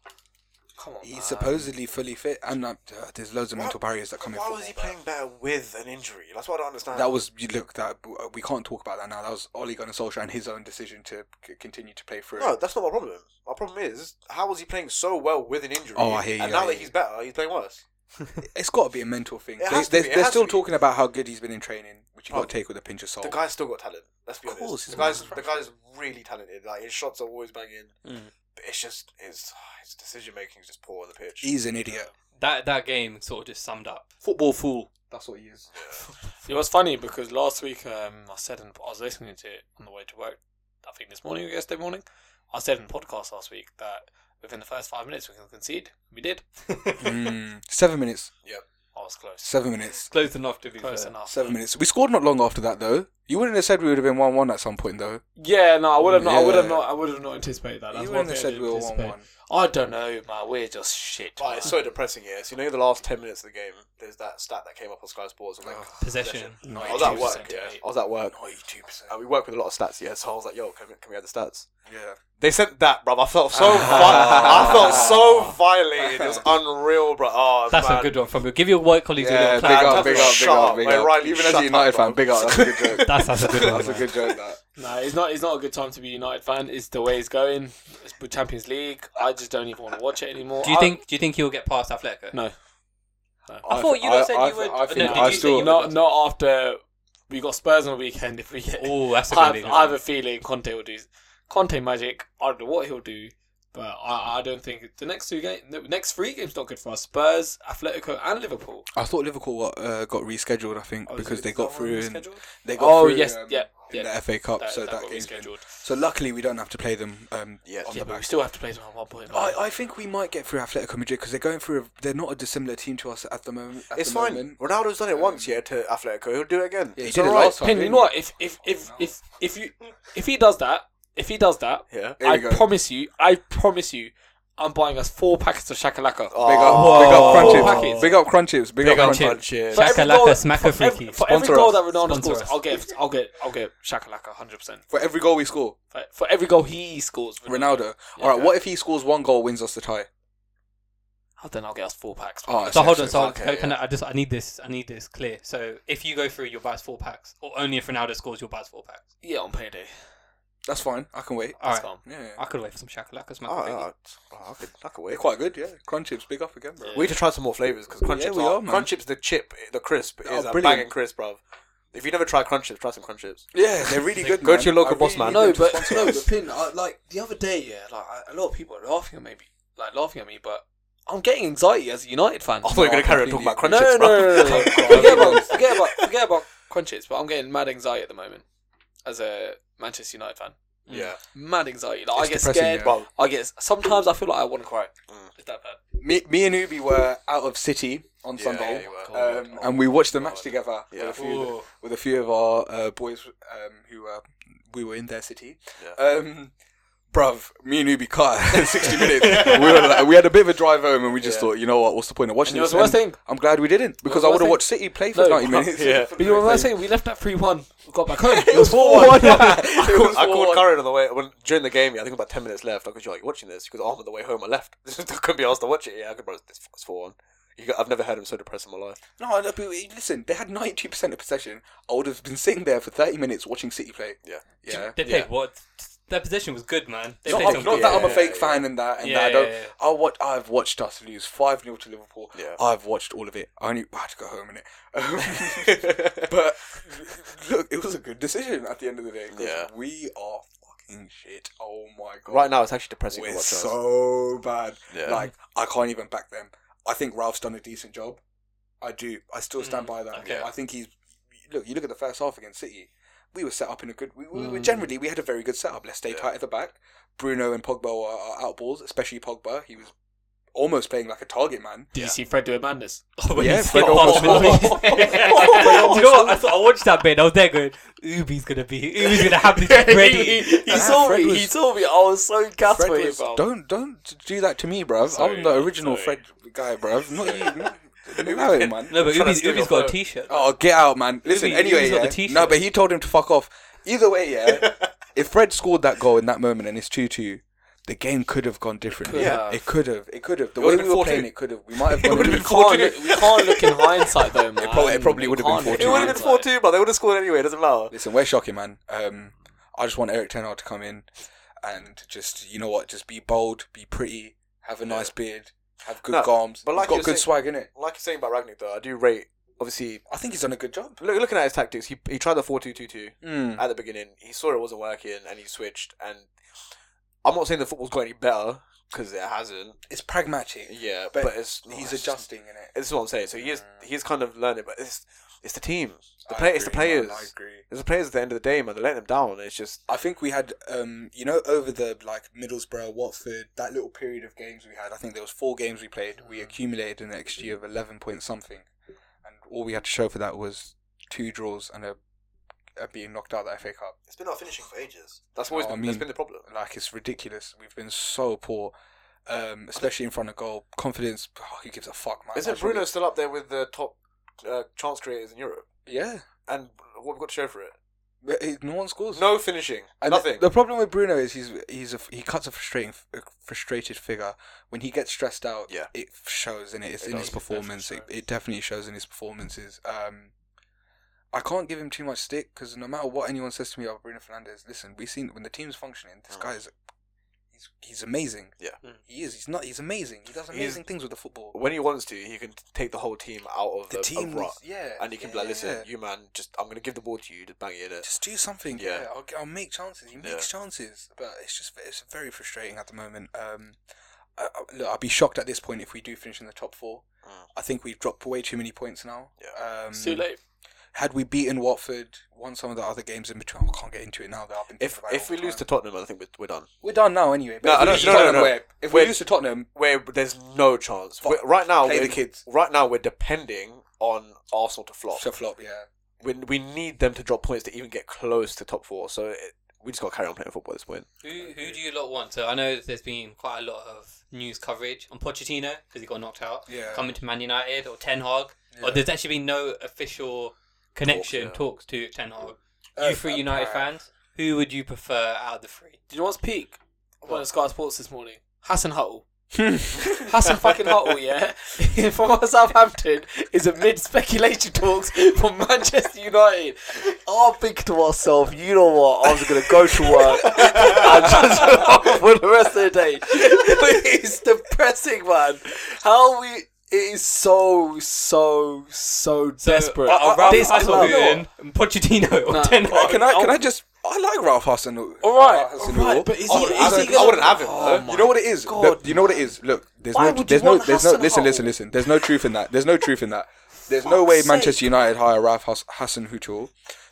D: come on,
A: he's
D: man.
A: supposedly fully fit, and uh, there's loads of
B: Why-
A: mental barriers that come in.
B: Why
A: football,
B: was he
A: but-
B: playing better with an injury? That's what I don't understand.
A: That was you look that we can't talk about that now. That was Ole Gunnar Solskjaer and his own decision to c- continue to play through.
B: No, that's not my problem. My problem is how was he playing so well with an injury?
A: Oh, I hear you,
B: And now
A: I
B: that
A: hear
B: he's better, he's playing worse.
A: It's got to be a mental thing.
B: It
A: They,
B: has to
A: they're
B: be, it
A: they're
B: has
A: still
B: to be.
A: talking about how good he's been in training, which you
B: Oh.
A: got to take with a pinch of salt.
B: The guy's still got talent. Let's be
A: Of
B: honest.
A: course,
B: the
A: he's
B: guy's
A: not-
B: the guy's really talented. Like his shots are always banging,
D: Mm.
B: but it's just his his decision making is just poor on the pitch.
A: he's an idiot.
C: That that game sort of just summed up.
A: Football fool. That's what he is.
D: It was funny because last week um, I said in, I was listening to it on the way to work. I think this morning or yesterday morning, I said in the podcast last week that within the first five minutes we can concede. We did.
A: Mm, seven minutes.
D: I was close.
A: Seven minutes.
C: Close enough to be
D: Close
C: fair.
D: enough.
A: Seven minutes. We scored not long after that, though. You wouldn't have said we would have been one-one at some point, though.
D: Yeah, no, I would have not. I would have
A: Yeah.
D: not. I would have not anticipated that. That's
A: you
D: one
A: wouldn't
D: thing
A: have
D: I
A: said
D: didn't
A: we were
D: anticipate.
A: one-one.
D: I don't know, man. We're just shit.
B: But it's so depressing. Yeah, so you know the last ten minutes of the game. There's that stat that came up on Sky Sports. Like,
A: Oh.
C: Possession.
D: man.
B: I was at work.
D: 92%
B: Yeah,
D: debate.
B: I was at work.
A: Ninety-two percent.
B: And we work with a lot of stats. Yeah, so I was like, yo, can we, can we have the stats?
A: Yeah.
B: They sent that, bro. I felt so vi-
A: Ah.
B: I felt so violated. It was unreal, bro. Oh,
C: That's
B: man.
C: a good one from you. Give your work colleagues a
A: Yeah. Big
C: little clap.
A: up. Big up. Big
B: Shut
A: up.
B: up,
A: Big
B: mate,
A: up.
B: Riley,
A: Even
B: even
A: as
B: as
A: a
B: shut
A: United
B: up,
A: fan,
B: bro.
A: big up. That's a good joke.
C: That's, that's a good one.
A: That's a good joke. That.
D: No, it's not. It's not a good time to be a United fan. It's the way it's going. It's the Champions League. I just don't even want to watch it anymore.
C: Do you
D: I-
C: think do you think he'll get past Atletico?
D: No.
C: I thought you lot said
A: I-
C: you would.
A: I think
C: no, did
A: I
C: you
A: still.
C: Say you
D: Not not after we got Spurs on the weekend. If we get,
C: Oh, that's a
D: I,
C: good
D: have,
C: one.
D: I have a feeling Conte will do Conte magic. I don't know what he'll do, But I, I don't think the next two games, the next three games, not good for us. Spurs, Atletico, and Liverpool.
A: I thought Liverpool got, uh, got rescheduled. I think
D: Oh, is
A: because
D: it-
A: they
D: is
A: got
D: that one
A: through. In,
D: rescheduled?
A: they got
D: Oh
A: through,
D: yes,
A: um,
D: yeah,
A: in
D: yeah.
A: the FA Cup.
D: That,
A: so that,
D: got
A: game's been-
D: rescheduled.
A: So luckily we don't have to play them. Um,
B: Yes.
A: on
D: Yeah,
A: the
D: but we
A: back.
D: still have to play them at one point. Oh,
A: I, I think we might get through Atletico Madrid because they're going through. A, they're not a dissimilar team to us at the moment. At
B: It's
A: the
B: fine.
A: moment.
B: Ronaldo's done it
A: Um,
B: once, yeah, to Atletico. He'll do it again.
A: Yeah, he
B: It's
A: did it
B: alright.
A: last time.
D: Pen, oh, you
A: didn't
D: know
A: you?
D: what? If if if if if you if he does that, if he does that,
B: Yeah.
A: Here we
D: I
A: go.
D: promise you, I promise you, I'm buying us four packets of shakalaka.
B: Oh,
A: Big up,
B: Whoa.
A: big up crunches.
D: Packets.
A: Big up crunches. Big,
B: Big
A: up
B: up
A: crunches.
B: Crunches.
D: For every
C: Shakalaka,
D: goal-
C: smacker
D: for every,
C: freaky.
D: for every
A: Sponsor
D: goal
A: us.
D: that Ronaldo
C: Sponsor
D: scores,
C: us.
D: I'll get I'll get I'll get shakalaka 100. percent
A: For every goal we score,
D: for, for every goal he scores,
A: Ronaldo. All right. What if he scores one goal, wins us the tie?
D: Oh, then I'll get us four packs.
A: Oh,
C: So hold
A: so-
C: on, so
B: okay,
C: can- can
B: yeah.
C: I, I just I need this I need this clear. So if you go through, you'll buy us four packs, or only if Ronaldo scores, you'll buy us four packs.
D: yeah, on payday.
A: That's fine. I can wait.
C: All
D: That's
C: right,
D: calm.
A: Yeah, yeah.
C: I could wait for some shakalaka smacker.
B: Oh,
C: freaky.
B: yeah. Oh, I could, I could
A: They're
B: wait.
A: quite good. Yeah. Crunches. Big up again, bro.
D: Yeah.
B: We need to try some more flavors because crunch
A: Yeah,
B: chips
A: we
B: are,
A: are, man.
B: crunch chips. The chip, the crisp
A: Oh,
B: is a
A: brilliant.
B: banging crisp, bruv. If you never tried crunch chips, try some crunch chips.
A: Yeah, they're really good.
B: Go
A: man.
B: to your local
A: I
B: boss
A: really
B: man.
A: need them
D: No,
A: to
D: but
A: sponsor
D: no,
A: us.
D: but pin. I, like the other day, yeah, like I, a lot of people are laughing at me, like laughing at me, but I'm getting anxiety as a United fan.
B: I thought you
A: No,
B: were going
A: Oh, I
B: to carry on talking
A: completely
B: about crunch chips,
D: no, no, no, no, no, no. forget about forget about forget about crunches, but I'm getting mad anxiety at the moment as a Manchester United fan.
B: Yeah.
D: Mad anxiety. Like, I
A: It's
D: get
A: depressing,
D: scared.
A: yeah. Mm.
B: Well,
D: I get sometimes I feel like I want to cry. It's that bad.
A: Me, me and Ubi were out of city on
B: Yeah,
A: Sunday,
B: you were. Oh,
A: um, and we watched the match together
B: Yeah.
A: with, a few,
C: Ooh.
A: with a few of our uh, boys um, who were we were in their city.
B: Yeah.
A: Um, bruv, me and Ubi cut sixty minutes. we, were like, we had a bit of a drive home, and we just
B: Yeah.
A: thought, you know what, what's the point of watching
D: And you know
A: this?
D: what's the worst
A: And
D: thing?
A: I'm glad we didn't because I
D: what's
A: would
D: the
A: have
D: worst
A: watched City play for
D: No,
A: ninety
D: but-
A: minutes.
B: yeah.
D: But you know what I'm saying? We left at 3 1. We got back home. It
A: was 4-1.
B: I
A: It
B: called,
A: was
B: I called
A: 4-1.
B: Karen on the way when, during the game. Yeah, I think about ten minutes left. I could you like watching this because I'm on the way home. I left. I couldn't be asked to watch it. Yeah, I could. Bro, this fuck's four one. You got, I've never heard him so depressed in my life.
A: No, no, but listen, they had ninety percent of possession. I would have been sitting there for thirty minutes watching City play.
B: Yeah.
A: yeah.
C: They played what? Their position was good, man. They
A: Not,
C: played
A: I'm-
C: some
A: not
C: good-
A: that I'm a
B: Yeah,
A: fake
B: yeah.
A: fan and that and
C: Yeah,
A: that. I don't.
C: yeah, yeah.
A: I watch, I've watched us lose five 0 to Liverpool.
B: Yeah.
A: I've watched all of it. I only I had to go home in it. but look, it was a good decision at the end of the day. 'cause
B: Yeah.
A: we are fucking shit. Oh my god,
B: Right now, it's actually depressing to
A: we're
B: watch. us.
A: so bad.
B: Yeah.
A: Like I can't even back them. I think Ralph's done a decent job. I do. I still stand by that.
C: okay.
A: I think he's look. You look at the first half against City. We were set up in a good. We, we were generally we had a very good setup. Let's stay
B: Yeah.
A: tight at the back. Bruno and Pogba are, are out balls, especially Pogba. He was almost playing like a target man.
D: Did you see Fred doing madness?
C: when
A: Yeah,
C: he skipped
A: Fred
C: past
A: Olmo-
C: Middlesbrough. Do you know what? I, thought, I watched that bit. I was there going, Ubi's gonna be, Ubi's gonna have this
D: he,
C: ready.
D: he
A: Nah,
D: saw
A: Fred
D: me.
A: was-
D: he saw me. I was so gassed
A: Fred
D: for him,
A: was,
D: bro.
A: don't don't do that to me, bruv. I'm
D: Sorry,
A: the original
D: sorry.
A: Fred guy, bruv. Not you. Not, not him, man.
C: No,
B: trying
C: but
B: to
C: Ubi's,
B: steal
C: Ubi's
B: your
C: got
B: phone.
C: a T-shirt.
A: Oh, get out, man. Listen,
C: Ubi-
A: anyway,
C: Ubi's got the
A: yeah.
C: t-shirt.
A: no, but he told him to fuck off. Either way, yeah. if Fred scored that goal in that moment and it's two-two, the game could have gone differently.
D: Could have.
A: it could have. It could have. The
B: It
A: way
B: would've
A: we
B: been
A: were
B: 4-2.
A: playing, it could have. We might have
B: It
A: gone.
B: would've
A: in-
B: been
D: We can't, look, we can't look in hindsight, though, man.
A: probably- it probably
D: We
A: would've been
D: can't look
A: 4-2.
B: It
D: in
B: would have been
D: hindsight.
B: four two, but they would have scored anyway. It doesn't matter.
A: Listen, we're shocking, man. Um, I just want Eric Tenard to come in and just, you know what, just be bold, be pretty, have a nice beard, have good
B: No,
A: garms.
B: but
A: But
B: like
A: got
B: you're
A: good
B: saying-
A: swag in it.
B: Like you're saying about Ragnick, though, I do rate. Obviously,
A: I think he's done a good job.
B: look, looking at his tactics, he he tried the four two two two.
A: Mm.
B: at the beginning. He saw it wasn't working and he switched. And I'm not saying the football's got any better because it hasn't.
A: It's pragmatic.
B: Yeah,
A: But
B: but, it's
A: He's
B: it's-
A: adjusting in it.
B: This is what I'm saying. So he is he's kind of learning, but it's it's the team, the
A: I
B: play, it's the
A: agree, man,
B: players.
A: I agree.
B: It's the players at the end of the day, man. They're letting them down. It's just
A: I think we had, um, you know, over the like Middlesbrough, Watford, that little period of games we had. I think there was four games we played. We accumulated an XG of eleven point something, and all we had to show for that was two draws and a, a being knocked out of the FA Cup.
B: it's been not finishing for ages. That's always
A: No,
B: been,
A: I mean-
B: that's been the problem.
A: Like it's ridiculous. We've been so poor, um, especially in front of goal. Confidence. Oh, who gives a fuck, man?
B: Isn't
A: That's what
B: Bruno
A: we-
B: still up there with the top uh, chance creators in Europe?
A: Yeah.
B: And what we've got to show for it?
A: But he- No one scores.
B: No finishing,
A: And
B: nothing.
A: The, the problem with Bruno is he's he's a, he cuts a frustrating a frustrated figure when he gets stressed out.
B: Yeah.
A: it shows in it. It's in
B: It does,
A: his
B: it
A: performance. It,
D: definitely
A: it definitely shows in his performances. Um, I can't give him too much stick because no matter what anyone says to me about Bruno Fernandez, listen, we've seen when the team's functioning, this guy is he's he's amazing.
B: Mm. Yeah.
D: Mm.
A: he is. He's not. He's amazing. He does
B: He's-
A: amazing things with the football.
B: When he wants to, he can take the whole team out of
A: The
B: a- a
A: team,
B: rut.
A: needs- yeah,
B: and you can be
A: yeah,
B: like, listen,
A: yeah.
B: you man, just I'm gonna give the ball to you, just bang it in it.
A: just do something. Yeah,
B: Yeah.
A: I'll, I'll make chances. He makes
B: Yeah.
A: chances, but it's just it's very frustrating at the moment. Um, I, I, look, I'd be shocked at this point if we do finish in the top four.
B: Mm.
A: I think we've dropped way too many points now. Yeah. Um,
D: It's too late.
A: Had we beaten Watford, won some of the other games in between, I can't get into it now. That I've been
B: If
A: thinking about it
B: if
A: all
B: we
A: the
B: lose to
A: time.
B: Tottenham, I think we're, we're done.
A: we're done now anyway.
B: No,
A: But if
B: I
A: we
B: don't-
A: lose to
B: no, no,
A: Tottenham,
B: no.
A: we're- if we
B: We're-
A: lose to Tottenham,
B: Where there's no chance.
A: Fuck.
B: We're- right now,
A: Play the
B: we're-
A: kids.
B: Right now, we're depending on Arsenal to flop.
A: it's a flop. Yeah,
B: we, we need them to drop points to even get close to top four. So it, we just got to carry on playing football at this point.
C: Who who do you lot want? So I know that there's been quite a lot of news coverage on Pochettino because he got knocked out.
A: Yeah.
C: Coming to Man United or Ten Hag.
A: Yeah.
C: Or there's actually been no official connection
B: yeah.
C: talks to Ten Hag.
A: Uh,
C: you three United
A: uh,
C: fans, who would you prefer out of the three?
D: Do you know what's peak? I went on Sky Sports this morning. Hassan Huttle.
A: Hmm.
D: Hassan fucking Huttle, yeah? From Southampton is amid speculation talks for Manchester United.
B: I'll think to myself, you know what? I was going to go to work and just for the rest of the day.
D: it's depressing, man. How we. It is so, so, so,
C: So
D: desperate.
C: I'll
A: I- I-
C: this
A: I- I- no.
C: Pochettino or
D: Nah.
C: Ten
A: Can I,
C: Hag.
A: can I can I just? I like Ralph Hassan.
D: All right,
A: Ralph Hassan-
D: all right, but is he?
A: I wouldn't have
D: Is he
A: him.
D: gonna,
B: I wouldn't have him.
D: Oh
B: though.
D: my
A: You know what it is?
D: God,
A: Look, you know what it is? Look, there's
D: Why
A: no,
D: would
A: there's
D: you
A: no,
D: want
A: there's no.
D: Hassan
A: Listen,
D: Hall?
A: listen, listen. There's no truth in that. There's no truth in that. There's no
D: Fuck's
A: way
D: sake.
A: Manchester United hire Ralph Hass- Hassan Hutul.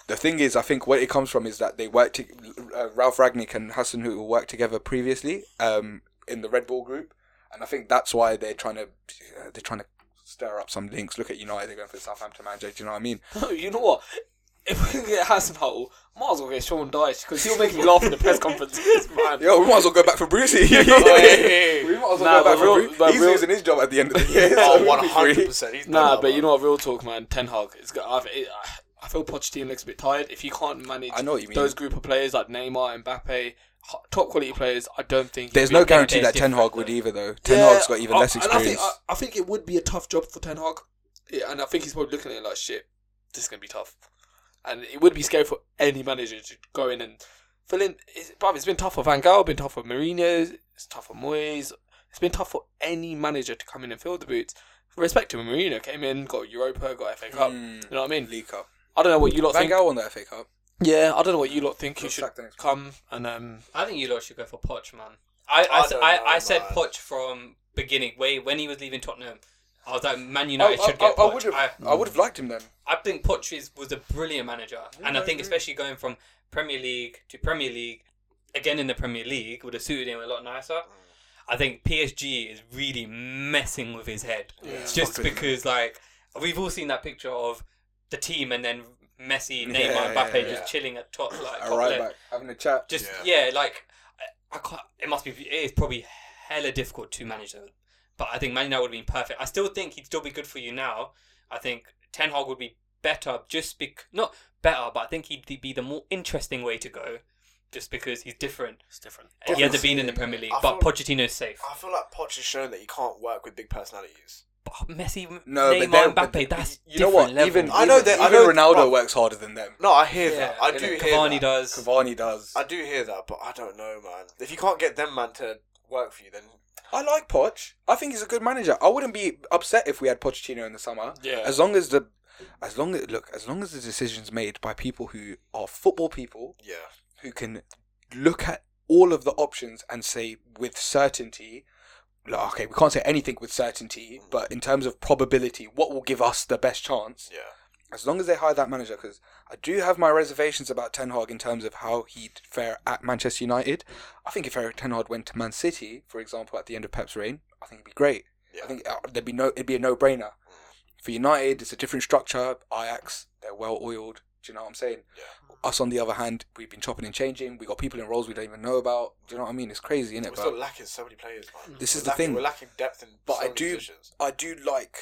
A: The thing is, I think where it comes from is that they worked. To, uh, Ralph Ragnick and Hassan Hutul worked together previously um, in the Red Bull Group, and I think that's why they're trying to uh, they're trying to stir up some links. Look at United; they're going for Southampton manager. Do you know what I mean?
D: No, you know what? If we get Hassan Huttle, might as well get Sean Dyche because he'll make me laugh in the press conferences, man.
A: Yo, we might as well go back for Brucey. We might as well
D: Nah,
A: go back
D: but
A: for
D: real-
A: Bruce.
D: but
A: He's
D: real-
A: losing his job at the end of the year. so
B: Oh,
A: we'll be free.
B: 100%. He's done
D: Nah,
B: that,
D: but you
B: man.
D: know what? Real talk, man. Ten Hag. It's got. I, it, I feel Pochettino looks a bit tired. If you can't manage
A: I know what you mean.
D: those group of players like Neymar, Mbappe, ho- top quality players, I don't think
A: There's
D: he'll
A: no
D: be-
A: guarantee
C: there's
A: that Ten
C: different,
A: Hag would
C: though.
A: either though. Ten
D: Yeah,
A: Hag's got even
D: I-
A: less
D: and
A: experience.
D: I think, I, I think it would be a tough job for Ten Hag, yeah, and I think he's probably looking at it like shit. This is gonna be tough, and it would be scary for any manager to go in and fill in. It's, bruv, it's been tough for Van Gaal, been tough for Mourinho, it's tough for Moyes. It's been tough for any manager to come in and fill the boots. Respect to Mourinho, came in, got Europa, got FA Cup. You know what I mean?
A: League Cup.
D: I don't know what you lot
A: Hmm. Van
D: think.
A: Gaal won the FA Cup.
D: Yeah, I don't know what you lot think. You
A: Got
D: should
A: sacked the next-
D: come and um.
C: I think you lot should go for Poch, man. I
B: I
C: I, s-
B: don't
C: I,
B: know,
C: I said
B: man.
C: Poch from beginning. Way when he was leaving Tottenham, I was like, Man United should
A: I,
C: get
A: I,
C: Poch.
A: would
C: I,
A: have. I would have liked him then.
C: I think Poch is, was a brilliant manager, and I think especially going from Premier League to Premier League, again in the Premier League would have suited him a lot nicer. I think PSG is really messing with his head, just
A: Fucking-
C: because like we've all seen that picture of the team and then Messi, Neymar,
A: Yeah,
C: Mbappe
A: yeah, yeah.
C: just chilling at top like
A: A
C: top
A: right
C: left.
A: back having a chat.
C: Just yeah, like I, I can't. It must be. It is probably hella difficult to manage them. But I think Man United would have been perfect. I still think he'd still be good for you now. I think Ten Hag would be better, just bec not better, but I think he'd be the more interesting way to go, just because he's different.
D: It's different.
C: He hasn't been in the Premier League,
B: I
C: but
B: thought-
C: Pochettino's safe.
B: I feel like Poch has shown that he can't work with big personalities.
C: But Messi,
A: No, but
C: Neymar,
A: they're- but
C: Mbappe, that's
A: you know what?
C: different
A: Even
C: level.
B: I know
A: even-
B: that- I
A: even
B: know-
A: Ronaldo
B: but-
A: works harder than them.
B: No, I hear
C: yeah,
B: that. I
C: and
B: do hear
C: Cavani
B: that.
C: does.
A: Cavani does.
B: I do hear that, but I don't know, man. If you can't get them, man, to work for you, then
A: I like Poch. I think he's a good manager. I wouldn't be upset if we had Pochettino in the summer.
D: Yeah.
A: As long as the, as long as look, as long as the decisions made by people who are football people
B: yeah,
A: who can look at all of the options and say with certainty, like, okay, we can't say anything with certainty, but in terms of probability, what will give us the best chance?
B: yeah.
A: As long as they hire that manager, because I do have my reservations about Ten Hag in terms of how he'd fare at Manchester United. I think if Ten Hag went to Man City, for example, at the end of Pep's reign, I think it'd be great. I
B: Yeah.
A: think uh, there'd be no, it'd be a no-brainer. For United, it's a different structure. Ajax, they're well oiled. Do you know what I'm saying? Us, on the other hand, we've been chopping and changing. We got people in roles we don't even know about. Do you know what I mean? It's crazy, isn't
B: We're
A: it?
B: still lacking so many players, man.
A: This
B: We're
A: is the
B: lacking-
A: thing.
B: We're lacking depth in
A: But
B: so
A: I
B: many
A: do-
B: positions.
A: I do like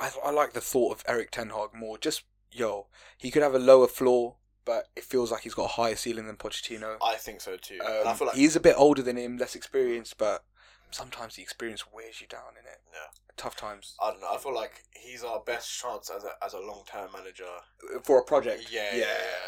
A: I, I like the thought of Eric Ten Hag more. Just yo, he could have a lower floor, but it feels like he's got a higher ceiling than Pochettino.
B: I think so too.
A: Um,
B: and I feel like
A: he's a bit older than him, less experienced, but sometimes the experience wears you down in it.
B: Yeah.
A: Tough times
B: I don't know. I feel like he's our best chance as a as a long term manager. Uh,
A: for a project.
B: Yeah, yeah, yeah.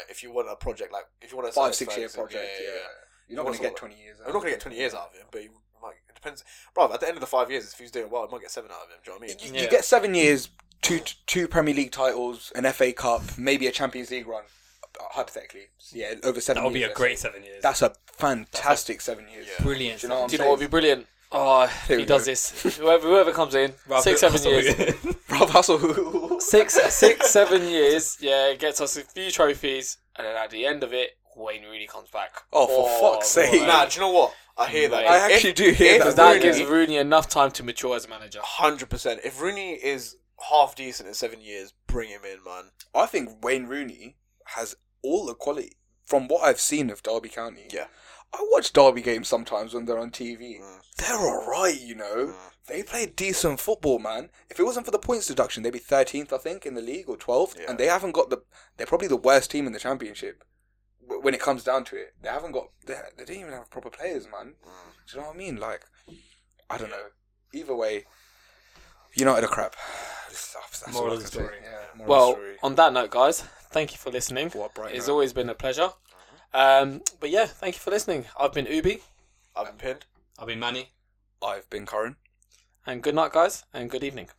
B: If you want a project like if you want a
A: Five
B: Sir
A: six year
B: Ferguson,
A: project. Yeah,
B: yeah, yeah,
A: You're not going to
B: What's
A: get
B: all-
A: 20 years out
B: I'm not
A: of
B: gonna
A: him.
B: get 20 years out of him, but he might. It depends, bro. At the end of the five years, if he's doing well, I might get seven out of him. Do you know what I mean?
A: You,
C: Yeah.
A: you get seven years, two two Premier League titles, an FA Cup, maybe a Champions League run, hypothetically. Yeah, over seven
C: That would be
A: years.
C: a great seven years.
A: That's a fantastic seven years.
B: Yeah.
C: brilliant.
A: Do you know what I'm
D: Do you know what would be brilliant? Oh, if
A: Here
D: he
A: we
D: does
A: go.
D: this. Whoever whoever comes in,
C: Rather-
D: six seven
C: sorry.
D: years,
A: Rob Hassel.
D: six six seven years. Yeah, gets us a few trophies, and then at the end of it, Wayne Rooney comes back.
A: Oh, for fuck's sake.
D: boy.
B: Nah, do you know what? I hear that.
A: I actually do hear
D: Because
A: that.
D: that
A: really.
D: gives Rooney enough time to mature as a manager.
B: hundred percent. If Rooney is half decent in seven years, bring him in, man.
A: I think Wayne Rooney has all the quality from what I've seen of Derby County.
B: Yeah.
A: I watch Derby games sometimes when they're on TV.
B: Mm.
A: They're alright, you know.
B: Mm.
A: They play decent football, man. If it wasn't for the points deduction, they'd be thirteenth, I think, in the league or twelfth.
B: Yeah.
A: And they haven't got the. They're probably the worst team in the championship. w- When it comes down to it, they haven't got. They, they don't even have proper players, man.
B: mm.
A: Do you know what I mean? Like, I don't know. Either way, United are crap. That's, that's
C: Moral
A: all I
C: of the
A: can say.
C: story.
A: Yeah, moral
D: Well,
A: of the story.
D: on that note, guys, thank you for listening.
A: What, Brighton
D: It's
A: are-
D: always been a pleasure.
A: Uh-huh.
D: Um, but yeah, thank you for listening. I've been Ubi,
B: I've been pinned.
C: I'll be Manny.
A: I've been Curran.
D: and good night, guys, and good evening.